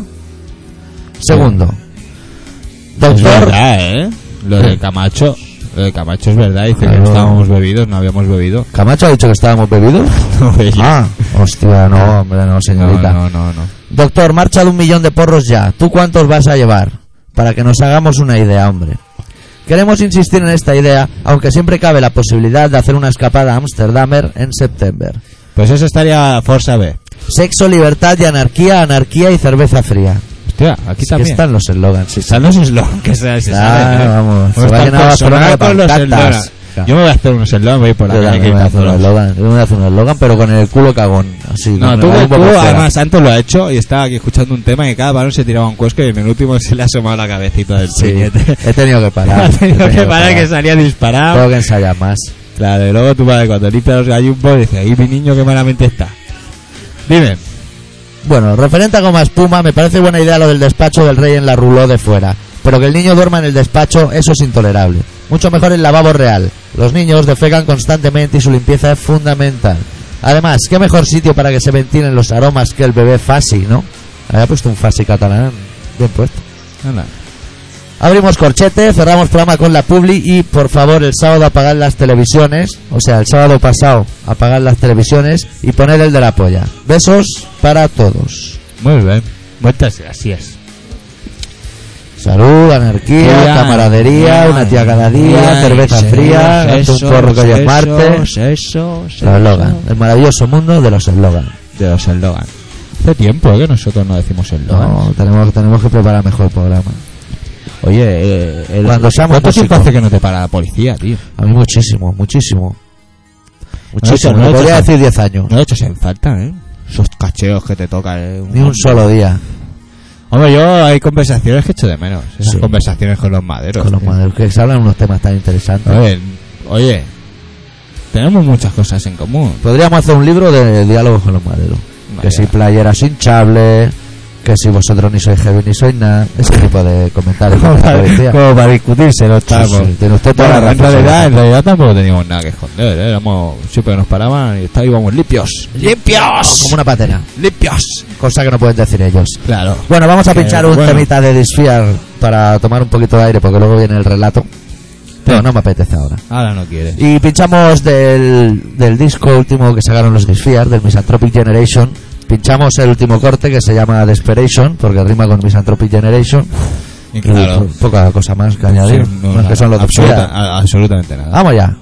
Segundo.
Es
Doctor,
verdad, ¿eh? Lo de Camacho. Lo de Camacho es verdad. Dice que
Claro.
no estábamos bebidos, no habíamos bebido.
¿Camacho ha dicho que estábamos bebidos? Ah, hostia, no, hombre, no,
Ah. no,
señorita.
no, no, no.
Doctor, marcha de un millón de porros ya. ¿Tú cuántos vas a llevar? Para que nos hagamos una idea, hombre. Queremos insistir en esta idea, aunque siempre cabe la posibilidad de hacer una escapada a Amsterdamer en septiembre.
Pues eso estaría Forza B.
Sexo, libertad y anarquía, anarquía y cerveza fría.
Hostia, aquí
Que
también.
están los eslogans.
Si están los eslogans que se, se
Ah,
saben, ¿eh?
vamos, se
Vamos
va a
tan
llenar la
consonados
zona de
con los
pancartas.
eslogans.
Claro.
Yo me voy a hacer un eslogans, voy por
Yo
la calle
también me voy a hacer un
gritándolos.
eslogan, yo me voy a hacer un eslogan, pero con el culo cagón. Así,
No,
con
tú,
el
tú,
bombo por fuera.
además antes lo ha hecho y estaba aquí escuchando un tema que cada varón se tiraba un cuesco y en el último se le ha asomado la cabecita del
Sí,
puñete.
he tenido que parar.
Ha
he
tenido
tenido
que parar que salía disparado.
Tengo que ensayar más.
Claro, y luego tu padre cuando limpia los gallumbos dice, ahí mi niño que malamente está. Dime,
Bueno, referente a Goma Espuma, me parece buena idea lo del despacho del rey en la ruló de fuera. Pero que el niño duerma en el despacho, eso es intolerable. Mucho mejor el lavabo real. Los niños defecan constantemente y su limpieza es fundamental. Además, qué mejor sitio para que se ventilen los aromas que el bebé Fasi, ¿no? Había puesto un Fasi catalán. Bien puesto.
anda,
Abrimos corchete, cerramos programa con la Publi y por favor el sábado apagad las televisiones, o sea, el sábado pasado apagad las televisiones y poner el de la polla. Besos para todos.
muy bien. Muchas gracias.
Salud, anarquía,
Ya,
camaradería,
ya,
una tía cada
ya,
día,
y
cerveza
seguimos,
fría, date un
esos,
porro que hoy es
esos,
martes.
esos,
Los eslogan,
esos.
el maravilloso mundo de los eslogan.
De los eslogan. Hace tiempo ¿eh? que nosotros no decimos eslogan.
No, tenemos, tenemos que preparar mejor el programa.
Oye, eh, el-
Cuando seamos
¿cuánto
músicos.
tiempo hace que no te para la policía, tío?
A mí muchísimo, muchísimo. Muchísimo,
no
no,
lo he
podría
hecho.
decir 10 años,
No lo echas en falta, ¿eh? Esos cacheos que te tocan. ¿eh?
ni un solo día.
Hombre, yo hay conversaciones que echo de menos. Esas
Sí.
conversaciones con los maderos.
Con los
tío.
madres que se hablan unos temas tan interesantes.
Oye, oye, tenemos muchas cosas en común.
Podríamos hacer un libro de diálogos con los maderos.
Vaya.
Que si playeras hinchables, que si vosotros ni sois heavy ni sois nada, ese tipo de comentarios. que hace la policía.
discutírselo,
Sí, sí, tiene usted toda la
en
razón.
realidad, en realidad tampoco teníamos nada que esconder, ¿eh? Éramos, siempre nos paraban y está- íbamos limpios. ¡Limpios!
Como una patera,
¡Limpios!
cosa que no pueden decir ellos.
Claro.
Bueno, vamos a
Que,
pinchar un
Eh, bueno.
temita de Disfiar para tomar un poquito de aire, porque luego viene el relato. Pero no me apetece ahora.
Ahora no quieres.
Y pinchamos del, del disco último que sacaron los Disfear, del Misanthropic Generation. Pinchamos el último corte que se llama Desperation, porque rima con Misanthropic Generation.
Y
Y
claro.
po- poca cosa más que añadir.
Sí, no,
más que
nada,
son Ah, los
absoluta-
Disfear.
a- absolutamente nada.
Vamos ya.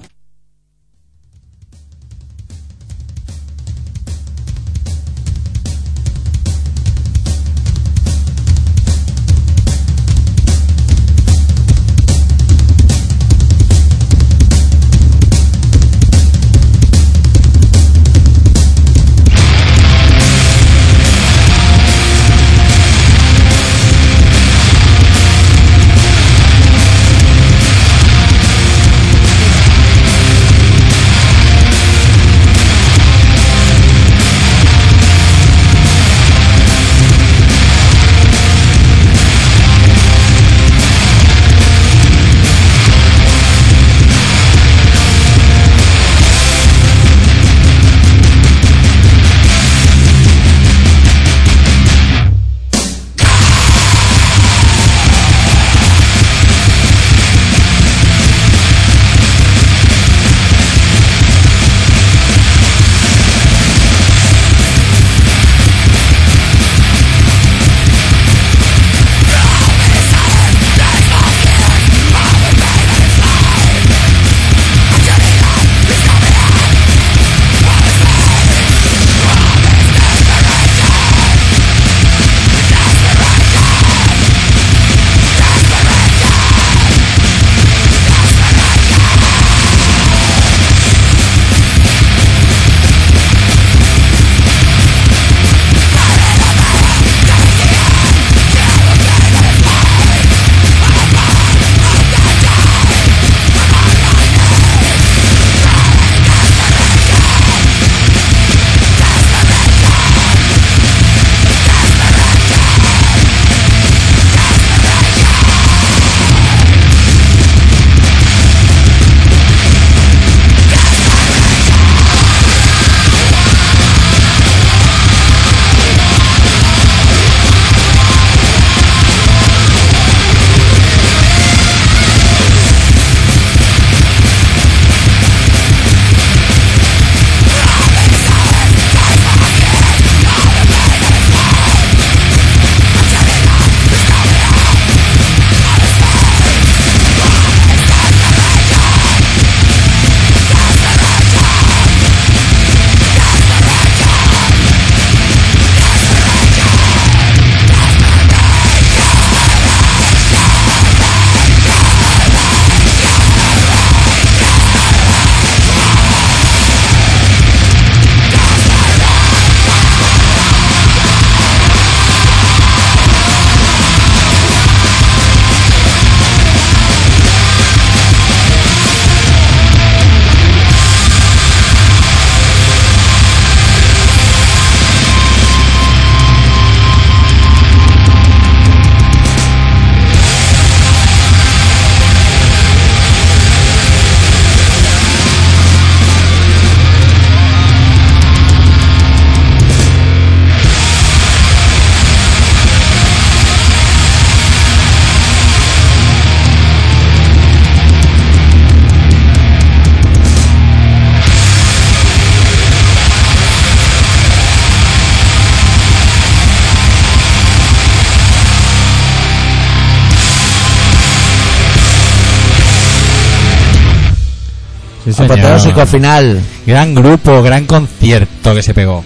Sí, señor.
Apoteósico final.
Gran grupo, gran concierto que se pegó.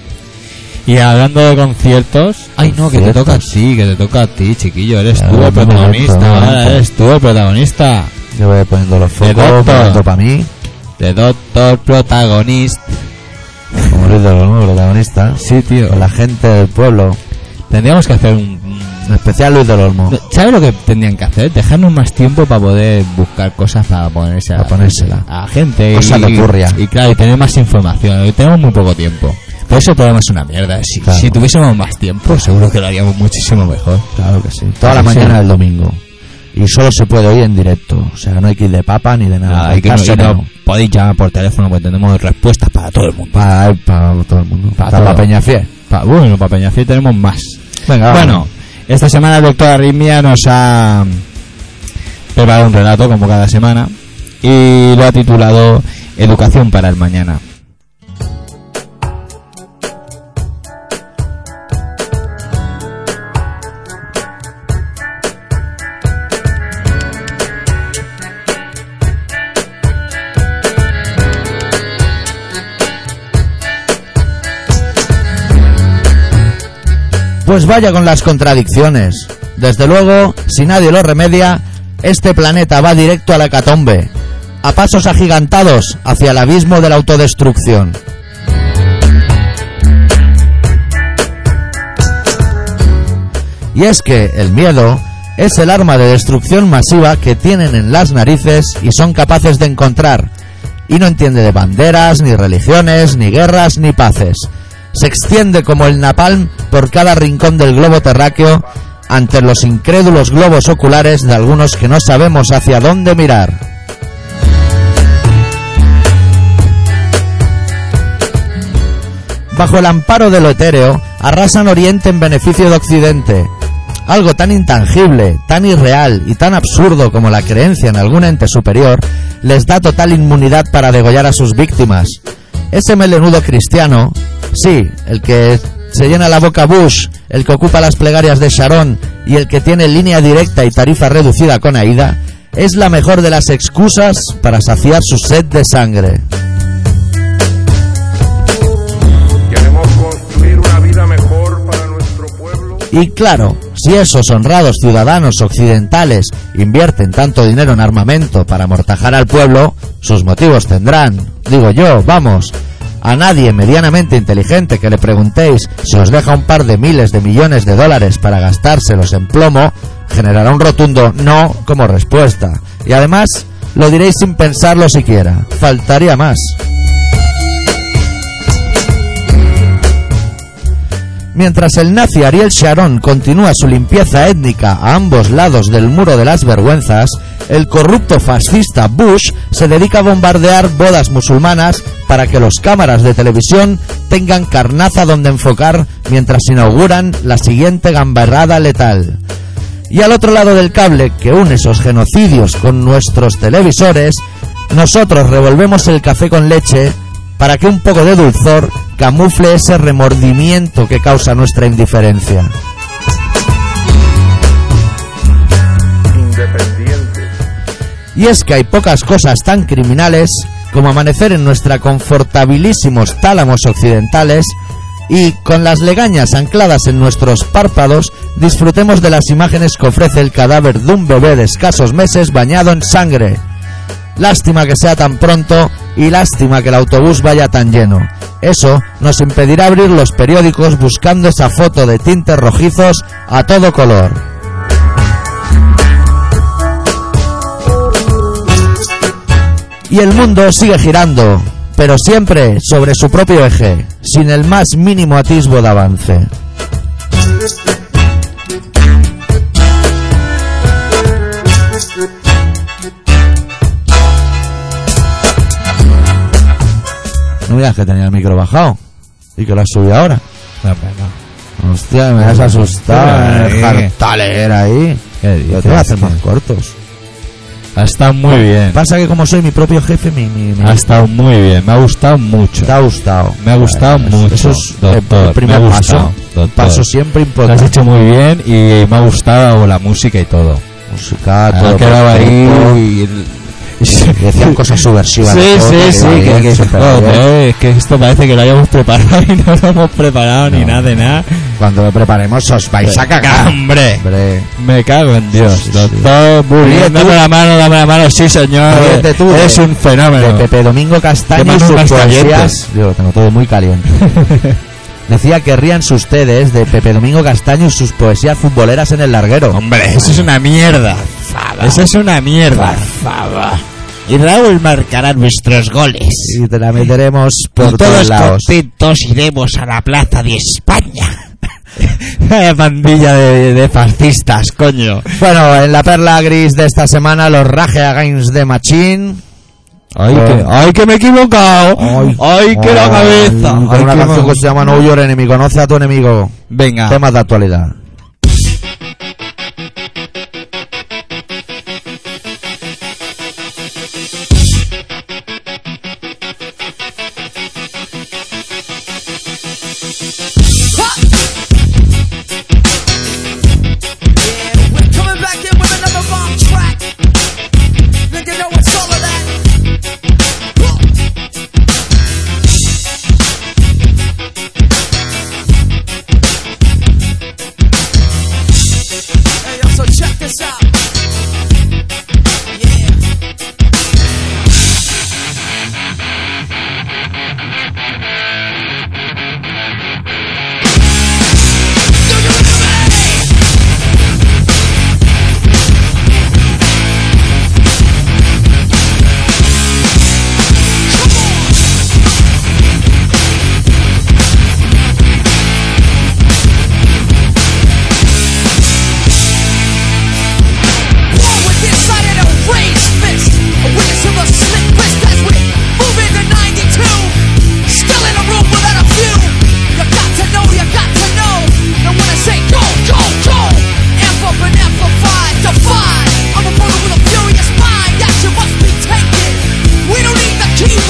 Y hablando de conciertos, ay no, que te
Conciertos.
toca a ti, que te toca a ti, chiquillo, eres
Ya,
tú el
un momento, un
protagonista, ahora
momento.
eres tú el protagonista.
Yo voy poniendo los
De
focos,
doctor.
poniendo para mí.
De doctor protagonista.
Como Luis de los nuevos protagonistas.
Sí, tío.
Con la gente del pueblo.
Tendríamos que hacer un...
En especial Luis del Olmo.
¿Sabes lo que tendrían que hacer? Dejarnos más tiempo para poder buscar cosas para ponerse a,
Para ponérsela.
a gente. y-
Cosa de curria.
Y claro, y tener más información. Hoy tenemos muy poco tiempo. Por eso el programa es una mierda. Si,
Claro.
si tuviésemos más tiempo, seguro que lo haríamos muchísimo mejor.
Claro que sí. Toda la
Sí, sí.
mañana del domingo. Y solo se puede oír en directo. O sea, no hay que ir de papa ni de nada.
Nada, Ah, y que no, y
Casero.
no podéis llamar por teléfono porque tenemos respuestas para todo el mundo.
Para, para eh, todo el mundo.
Para
Para, la
todo.
Peña Fiel.
Pa- bueno, para Peñafiel tenemos más.
Venga,
Bueno,
vamos.
esta semana el doctor Arritmia nos ha preparado un relato como cada semana y lo ha titulado Educación para el Mañana.
Pues vaya con las contradicciones. Desde luego, si nadie lo remedia, este planeta va directo a la catombe, a pasos agigantados hacia el abismo de la autodestrucción. Y es que el miedo es el arma de destrucción masiva que tienen en las narices y son capaces de encontrar. Y no entiende de banderas, ni religiones, ni guerras, ni paces. Se extiende como el napalm por cada rincón del globo terráqueo ante los incrédulos globos oculares de algunos que no sabemos hacia dónde mirar. bajo el amparo del etéreo, arrasan Oriente en beneficio de Occidente. Algo tan intangible, tan irreal y tan absurdo como la creencia en algún ente superior les da total inmunidad para degollar a sus víctimas. Ese melenudo cristiano, sí, el que se llena la boca Bush, el que ocupa las plegarias de Sharon y el que tiene línea directa y tarifa reducida con Aida, es la mejor de las excusas para saciar su sed de sangre.
Queremos construir una vida mejor para nuestro pueblo.
Y claro, si esos honrados ciudadanos occidentales invierten tanto dinero en armamento para amortajar al pueblo, sus motivos tendrán, digo yo, vamos. A nadie medianamente inteligente que le preguntéis si os deja un par de miles de millones de dólares para gastárselos en plomo, generará un rotundo no como respuesta. Y además, lo diréis sin pensarlo siquiera. Faltaría más. Mientras el nazi Ariel Sharon continúa su limpieza étnica a ambos lados del muro de las vergüenzas, el corrupto fascista Bush se dedica a bombardear bodas musulmanas para que los cámaras de televisión tengan carnaza donde enfocar mientras inauguran la siguiente gamberrada letal. Y al otro lado del cable que une esos genocidios con nuestros televisores, nosotros revolvemos el café con leche para que un poco de dulzor camufle ese remordimiento que causa nuestra indiferencia.
Independientes.
Y es que hay pocas cosas tan criminales como amanecer en nuestra confortabilísimos tálamos occidentales y, con las legañas ancladas en nuestros párpados, disfrutemos de las imágenes que ofrece el cadáver de un bebé de escasos meses bañado en sangre. Lástima que sea tan pronto y lástima que el autobús vaya tan lleno. Eso nos impedirá abrir los periódicos buscando esa foto de tintes rojizos a todo color. y el mundo sigue girando, pero siempre sobre su propio eje, sin el más mínimo atisbo de avance. No me digas que tenía el micro bajado y que lo has subido ahora. Hostia, me has asustado.
Ay.
El jartal era ahí.
¿Qué
eh. Yo te voy a hacer
dices?
más cortos.
Ha estado muy bien.
Pasa que como soy mi propio jefe, mi, mi, mi-
Ha estado muy bien. Me ha gustado mucho.
Te ha gustado.
Me ha gustado
Bueno,
mucho,
Eso es eh,
doctor,
el primer
me ha gustado,
paso.
doctor.
Paso siempre
Lo has
importante.
hecho muy bien y me ha gustado la música y todo.
Música,
Ha
Ah, todo.
quedado
perfecto.
Ah, ahí
Y decían cosas subversivas.
Sí,
¿no?
sí, sí,
iba bien,
que- que-
súper
joder,
bien.
es que esto parece que lo hayamos preparado y no lo hemos preparado ni
No.
nada de nada.
Cuando lo preparemos os vais a cagar.
¡Hombre!
Hombre,
Me cago en Dios,
Sí, sí,
doctor Burri,
Ríete
Dame
tú.
la mano, dame la mano, sí señor.
Ríete tú de-
Eres un
de
fenómeno.
Pepe Domingo
Te
Castaño y
mando
sus
unas
poesías.
calientes.
Yo lo tengo todo muy caliente. Decía que ríanse ustedes de Pepe Domingo Castaño y sus poesías futboleras en el larguero.
Hombre, eso es una mierda. Eso es una mierda. Y Raúl marcará nuestros goles.
Y te la meteremos por todos lados.
contentos iremos a la plaza de España. Vaya pandilla de, de fascistas, coño.
Bueno, en la perla gris de esta semana, los Rage Against de Machine.
Ay,
que-
que, me he equivocado. Oh. Ay, que la cabeza.
Con
Ay,
una
que
canción
ma-
que se llama No Your Enemy, conoce a tu enemigo.
Venga.
Temas de actualidad.
Yeah, we're coming back in with another bomb track. Nigga, know it's all of that. Whoa. Uh, E,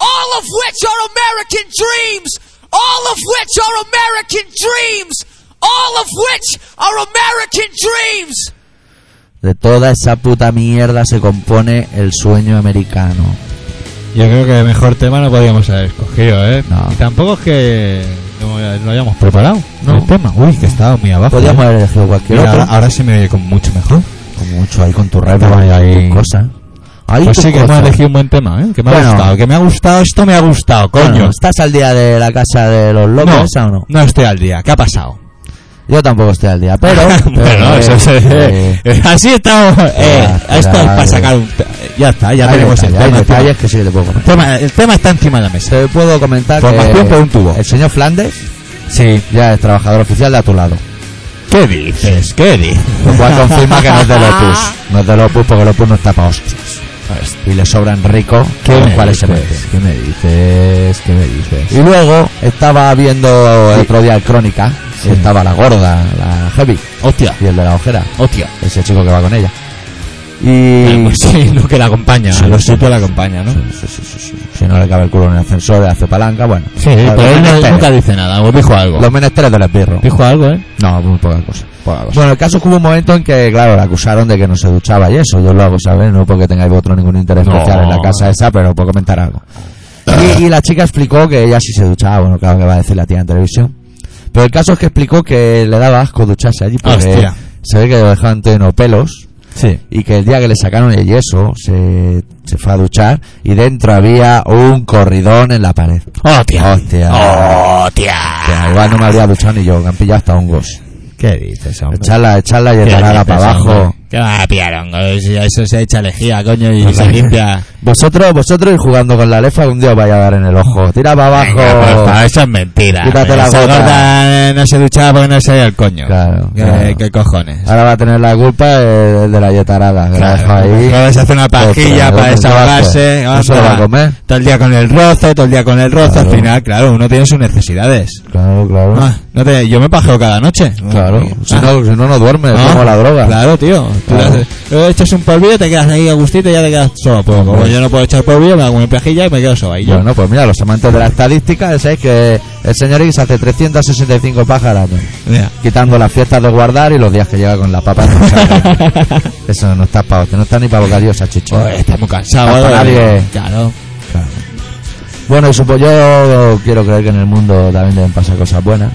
all of which are American dreams, all of which are American dreams, all of which are American dreams.
De toda esa puta mierda se compone el sueño americano.
Yo creo que mejor tema no podíamos haber escogido, ¿eh?
No.
Y tampoco es que no, lo hayamos preparado.
No.
El tema, uy, que estaba muy abajo.
Podríamos
¿eh?
haber elegido cualquier
Mira,
otro.
ahora, ahora se me oye como mucho mejor.
Con mucho ahí, con tu rap,
Estaba
con
ahí.
tus cosas. Ahí
Pues
tus
sí, que hemos
cosas.
elegido un buen tema, ¿eh? Que me
Bueno.
ha gustado, que me ha gustado, esto me ha gustado,
Bueno,
coño.
¿Estás al día de la casa de los locos esa o no?
no estoy al día, ¿qué ha pasado?
Yo tampoco estoy al día, pero.
Bueno,
pero, eh,
eso es, eh,
eh,
así estamos. eh,
espera,
esto es para
eh.
sacar un. te- Ya está, ya
hay
tenemos el
detalles, hay
tema.
detalles que sí que te puedo
El
comentar.
tema- el tema está encima de la mesa.
Te puedo comentar
Formación
que
por un tubo.
Eh, el señor Flandes
Pues Sí.
ya es trabajador oficial de a tu lado.
¿Qué dices? ¿Qué dices?
Lo cual confirma que no es del Opus. No es del Opus porque el Opus no está para hostias. Y le sobran ricos
Pues, ¿Qué
los
me
cuales se
dices?
meten.
¿Qué me dices? ¿Qué me dices?
Y luego estaba viendo el otro día el Crónica. y estaba la gorda, la heavy.
Hostia,
Y el de la ojera.
hostia.
Ese chico que va con ella.
Eh,
Y.
pues sí, lo que la acompaña,
Sí,
a los
sí,
sitios
sí,
la acompaña, ¿no?
Sí, sí, sí, sí, sí. Si no le cabe el culo en el ascensor, le hace palanca, bueno.
Sí,
Los
pero él no-
menesteres.
nunca dice nada, o dijo algo.
Los menesteres del esbirro.
Dijo algo, ¿eh?
No, muy poca cosa. Pues Bueno, el caso es que hubo un momento en que, claro, la acusaron de que no se duchaba y eso. Yo lo hago, ¿sabes? No porque tengáis vosotros ningún interés
No.
especial en la casa esa, pero puedo comentar algo. Y, y la chica explicó que ella sí se duchaba. Bueno, claro que va a decir la tía en televisión. Pero el caso es que explicó que le daba asco ducharse allí porque
Hostia.
se ve que lo dejaban todo lleno de pelos
Sí.
y que el día que le sacaron el yeso se, se fue a duchar y dentro había un corridón en la pared.
¡Hostia!
Hostia. Ah.
Oh,
Que igual no me habría duchado ni yo, que han pillado hasta hongos.
¿Qué dices, hombre?
Echarla, echarla y echarla para abajo.
Que va a pillar hongos, si a eso se echa lejía, coño, y
No
se
sé.
limpia.
Vosotros, vosotros ir jugando con la lefa, un día os vaya a dar en el ojo. Tira para abajo.
Venga, pues, por favor, eso es mentira.
Quítate la
Esa
gota.
gorda, eh, no se duchaba porque no se veía el coño.
Claro,
¿Qué,
claro. Ah,
qué cojones?
Ahora va a tener la culpa el de la yetarada. que la
Claro,
deja ahí.
Ahora se hace una pajilla
Otra,
para
otro
desahogarse.
trabajo. No se lo
anda.
va a comer.
Todo el día con el roce, todo el día con el roce.
Claro.
Al final, claro, uno tiene sus necesidades.
Claro, claro.
Ah, no te- yo me pajeo cada noche.
claro.
Ah,
Si no, si no, no duerme,
ah,
como la droga.
Claro, tío. Tú
Claro.
le haces- le echas un polvillo, te quedas ahí a gustito y ya te quedas solo. Pues, como
Hombre.
yo no puedo echar polvillo, me hago una pajilla y me quedo solo ahí. yo.
Bueno, pues mira, los amantes de la estadística, sabéis que el señor X hace 365 pájaros,
Mira.
quitando las fiestas de guardar y los días que llega con la papa. en el saco. Eso no está para no está ni para boca diosa, chicho.
Joder, está muy cansado.
Hasta
¿eh?
nadie.
Claro.
Bueno, y supo, yo quiero creer que en el mundo también deben pasar cosas buenas.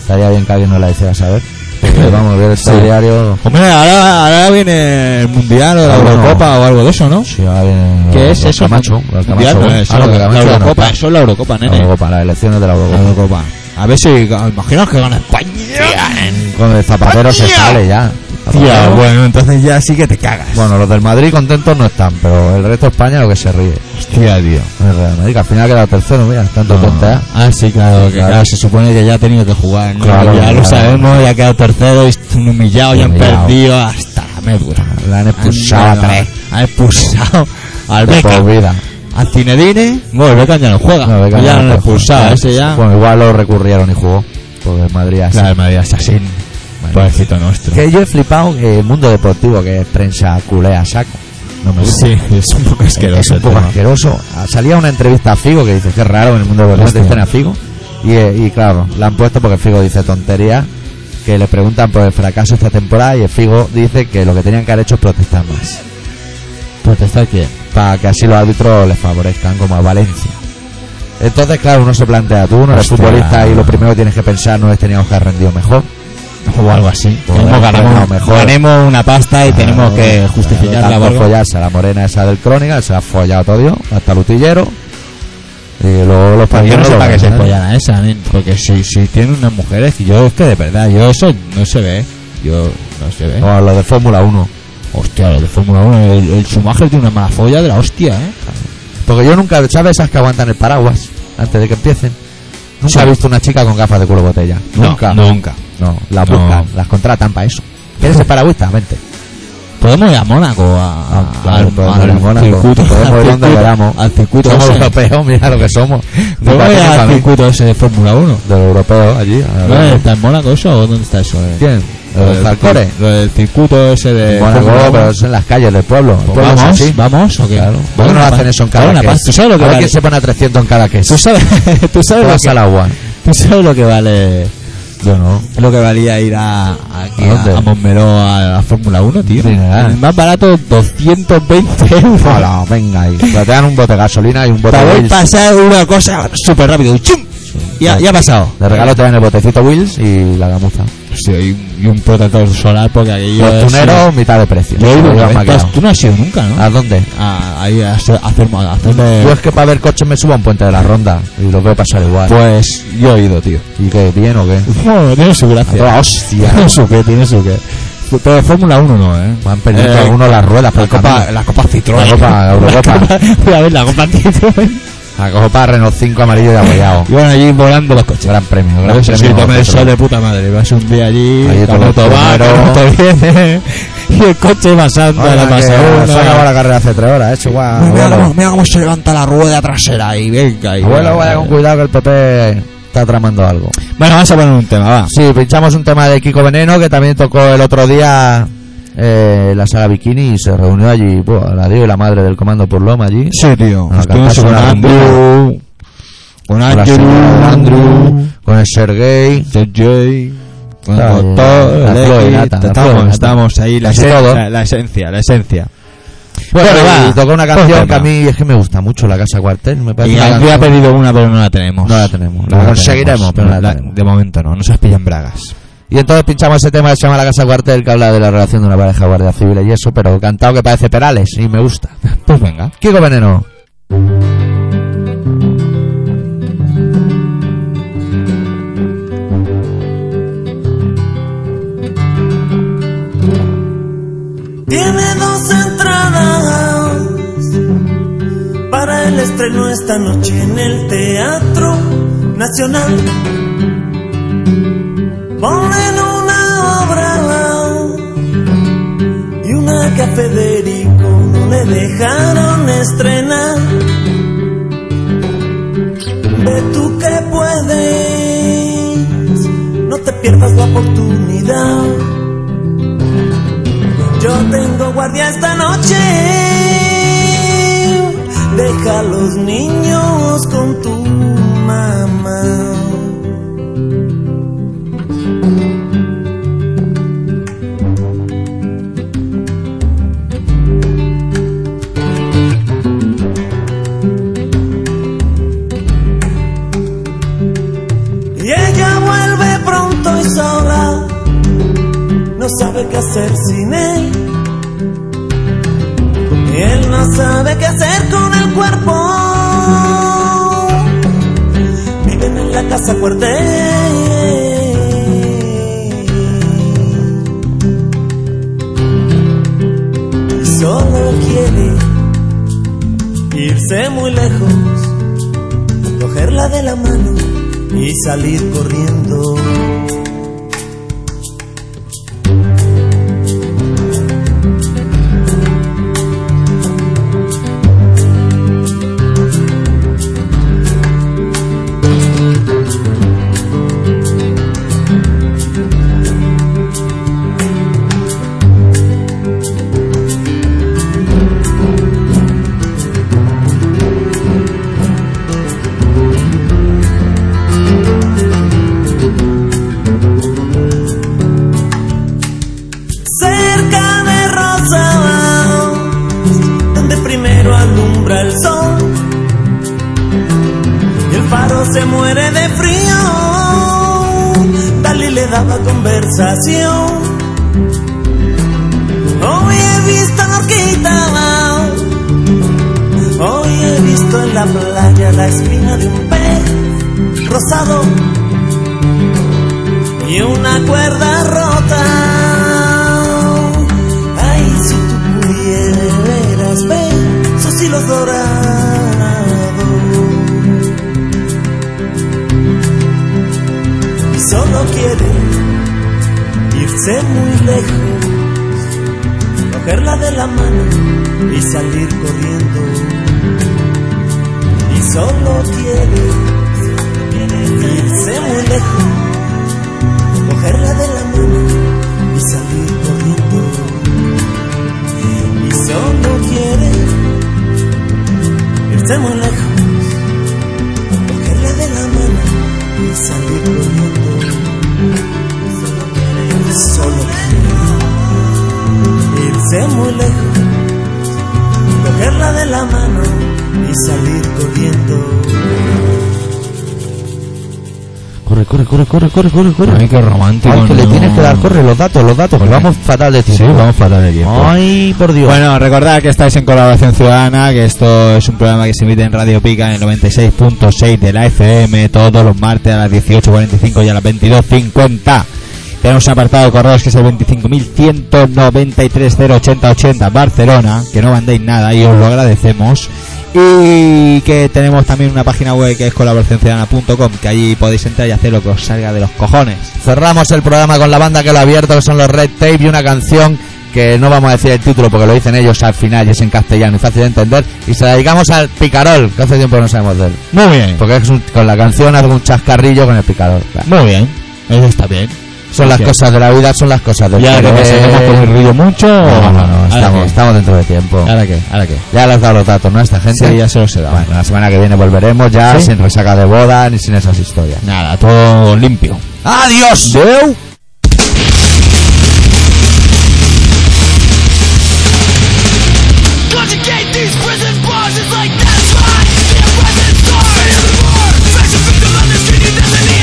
Estaría bien que alguien nos la hiciera saber. Porque vamos a ver este
Sí.
diario.
Hombre, Pues ahora, ahora viene el Mundial o la
Ah, bueno.
Eurocopa o algo de eso, ¿no?
Sí, ahora viene
¿Qué
lo-
es
lo
eso?
Camacho, lo
Mundial
Camacho.
no es,
Ah, no,
la,
que Camacho ya no
Eurocopa,
está.
eso es la Eurocopa,
La
nene.
Eurocopa, las elecciones de la
La
Eurocopa.
Eurocopa. A ver si imaginaos que gana España.
Con el zapatero se
¡Hostia!
sale ya.
Tía,
Zapatero.
bueno, entonces ya sí que te cagas.
Bueno, los del Madrid contentos no están, pero el resto de España lo que se ríe.
Hostia, tío.
El Real Madrid, que al final ha quedado tercero, mira, tanto tonta.
Ah, sí, claro, que
Claro.
claro, se supone que ya ha tenido que jugar, ¿no?
Claro,
ya
claro.
lo sabemos, ya ha quedado tercero, y un humillado, ya han
Humillado.
perdido hasta la médula.
La han expulsado a
Anda,
tres.
Han expulsado al
De
Beckham.
por vida.
A Cinedine, bueno, el Beckham ya no juega,
No, Beckham
Pues
no
ya lo han
juega.
expulsado, ese ya.
Bueno, igual lo recurrieron y jugó. Porque el Madrid así.
Claro, el Madrid asesino, pobrecito nuestro.
Que yo he flipado que el mundo deportivo, que es prensa culea saco. No me gusta.
Sí, es un poco asqueroso.
es un
el
poco
tema.
asqueroso. Ah, Salía una entrevista a Figo que dice que es raro que en el mundo deportivo te
Hostia.
dicen a Figo. Y, eh, y claro, la han puesto porque Figo dice tonterías. Que le preguntan por el fracaso esta temporada y el Figo dice que lo que tenían que haber hecho es protestar más.
¿Protestar quién?
para que así los árbitros les favorezcan como a Valencia. Entonces, claro, uno se plantea, tú, uno eres
Hostia.
futbolista y lo primero que tienes que pensar no es teníamos que haber rendido mejor.
O algo así.
Joder,
Tenemos-
bueno,
ganamos,
mejor.
ganemos una pasta y tenemos
Claro,
que
claro,
justificarla
tanto
o algo.
eh, follarse a la morena esa del Crónica, se la ha follado todo Dios, hasta Lutillero. Y luego los
Pues yo no
partidos
sé
lo ¿eh?
para qué se
ganan.
follan a esa, nen, porque si, si tienen unas mujeres, que yo es que de verdad, yo eso no se ve, yo no se ve.
No, los de Fórmula 1.
Hostia, lo de Fórmula 1, el, el Schumacher tiene una mala folla de la hostia, ¿eh?
Porque yo nunca, ¿sabes esas que aguantan el paraguas antes de que empiecen? Nunca
Sí.
he visto una chica con gafas de culo botella. nunca.
nunca.
No, las
No.
buscan, las contratan para eso. ¿Quieres ser paragüista? Vente.
Podemos ir a Mónaco, a,
Ah, claro,
al-
podemos
al
ir a Mónaco.
circuito,
Podemos
al
ir donde
circuito,
queramos.
al circuito
pues, Somos
ese.
europeos, mira lo que somos.
Podemos ir al circuito ese de Fórmula 1.
De los europeos allí. a
¿No
ver.
¿Está en Mónaco eso o dónde está eso? eh?
¿Quién? Lo del Falcore.
Lo del circuito ese de.
Bueno,
Fórmula
luego,
Uno.
pero es en las calles del pueblo. El
Pues
pueblo es
Eh, vamos,
así.
vamos, ¿o qué?
Claro. ¿Por
Vale
qué no
una
lo
pa-
hacen eso en
vale
cada
una
queso?
pasta. ¿Tú sabes lo que
A ver
vale?
quién se pone a 300 en cada queso.
¿Tú sabes, tú
Te
sabes lo
vas
que-
al agua.
tú sabes lo que vale.
Yo no.
Lo que valía ir a,
¿A
aquí a,
dónde?
a Montmeló a la Fórmula 1, tío.
Dineral.
El más barato, 220 euros.
Hola, venga ahí. Pero pues te dan un bote de gasolina y un bote
Para
de
ver
Wills.
pasar una cosa súper rápido. ¡Chum! Ya, ya ha pasado.
De regalo te dan el botecito Wills y la gamuza.
Sí, y un- y un protector solar porque aquello.
Los
es-
tuneros, mitad de precio.
Yo he ido
Lo
una
han
vez, Eh. tú
maquinado.
has- Tú no has ido nunca, ¿no?
¿A dónde?
A- ahí a hacer, a hacer, a hacer
Ah. Yo
de-
es que para ver coches me subo a un puente de la ronda y los veo pasar igual.
Pues yo he ido, tío.
¿Y qué? ¿Bien o qué?
No, tiene su
A
gracia.
toda hostia.
Tiene su qué, tiene su qué. Pero de Fórmula 1 no, ¿eh?
Me han perdido
Eh,
algunos las ruedas por
La
el
copa,
camino.
la copa Citroën.
La copa, Eurocopa.
La copa- Voy a ver, la copa Citroën.
La copa Renault 5 amarillo y abollado.
Y van allí volando los coches.
Gran premio, gran
Gran
premio.
sí, tome el
Petro.
sol de puta madre. Vas un día allí,
Ahí
la
todos los
moto va, la
primeros.
moto viene. Y el coche va santo a
Oiga,
la
que
pasada.
Se ha acabado la carrera hace tres horas, hecho guau.
Mira
abuelo.
cómo, mira cómo se levanta la rueda trasera y venga. Y
Abuelo, vaya con cuidado que el PP está tramando algo.
Bueno, vamos a poner un tema, va.
Sí, pinchamos un tema de Kiko Veneno que también tocó el otro día eh, la sala bikini y se reunió allí, buah, la dio y la madre del comando por Loma allí.
Sí, tío.
Nos
Estuvimos
cantaste
con
una
Andrew.
Con
Con
la
Andrew.
señora del Andrew, con el Sergey.
DJ. Con
Claro,
el doctor,
la
el
flor de
X,
nata, la flor de
Estamos,
nata.
estamos ahí. La
Casi todo.
esencia, la esencia, la esencia.
Bueno,
Bueno,
y
va,
tocó una canción
pues
que a
venga.
mí es que me gusta mucho, la Casa Cuartel. Me parece
Y
una
aquí ha
canción-
pedido una, pero no la tenemos.
No la tenemos.
No
La
la
conseguiremos,
tenemos.
pero no la
La-
tenemos.
De momento no, no se has pillado en bragas.
Y entonces pinchamos ese tema que se llama La Casa Cuartel, que habla de la relación de una pareja guardia civil y eso, pero cantado que parece Perales y me gusta.
Pues venga.
Kiko Veneno.
Tiene dos entradas para el estreno esta noche en el Teatro Nacional. Ponen una obra y una que a Federico no le dejaron estrenar. Ve tú que puedes, no te pierdas la oportunidad. Yo tengo guardia esta noche. Deja a los niños con tu mamá. Y ella vuelve pronto y sola no sabe qué hacer sin él. Y él no sabe qué hacer con el cuerpo. Viven en la casa cuartel. Y solo quiere irse muy lejos, cogerla de la mano y salir corriendo. cerca de Rosabao, donde primero alumbra el sol y el faro se muere de frío. Dalí le daba conversación. Hoy he visto en Orquitao, hoy he visto en la playa la espina de un pez rosado y una cuerda rota. Ay, si tú pudieras ver sus hilos dorados. Y solo quiere irse muy lejos, cogerla de la mano y salir corriendo. Y solo quiere irse muy lejos cogerla de la mano irse muy lejos, cogerla de la mano y salir corriendo. Solo quiere irse muy lejos, cogerla de la mano y salir corriendo.
Corre, corre, corre, corre, corre, corre, corre.
Ay, qué romántico,
Ay, que le
no. Pues
tienes que dar, corre, los datos, los datos, que vamos fatal de tiempo.
Sí, vamos fatal de tiempo.
Ay, por Dios.
Bueno, recordad que estáis en Colaboración Ciudadana, que esto es un programa que se emite en Radio Pica en el 96.6 de la FM todos los martes a las 18.45 y a las 22.50. Tenemos un apartado de correos que es el 25.193.080.80 Barcelona, que no mandéis nada y os lo agradecemos. Y que tenemos también una página web que es colaboracionciudadana.com, que allí podéis entrar y hacer lo que os salga de los cojones.
Cerramos el programa con la banda que lo ha abierto, que son los Red Tape, y una canción que no vamos a decir el título porque lo dicen ellos al final y es en castellano y fácil de entender. Y se la dedicamos al Picarol, que hace tiempo que no sabemos de él.
Muy bien,
Porque es un- con la canción hago un chascarrillo con el Picarol. Va.
muy bien. Eso está bien.
Son las
Gracias.
cosas de la vida, son las cosas del
¿Y ahora que
cine.
seguimos con el ruido mucho?
No, no, no, estamos, estamos dentro de tiempo.
¿Ahora qué? ¿Ahora qué?
Ya le has dado los datos, ¿no? A esta gente.
Sí, ya se los he dado.
Bueno, la semana que viene volveremos ya
¿Sí?
sin resaca de boda ni sin esas historias.
Nada, todo limpio.
¡Adiós!
Conjugate these prison bars is like that's why it wasn't started anymore. Fashion victim on the street, you destiny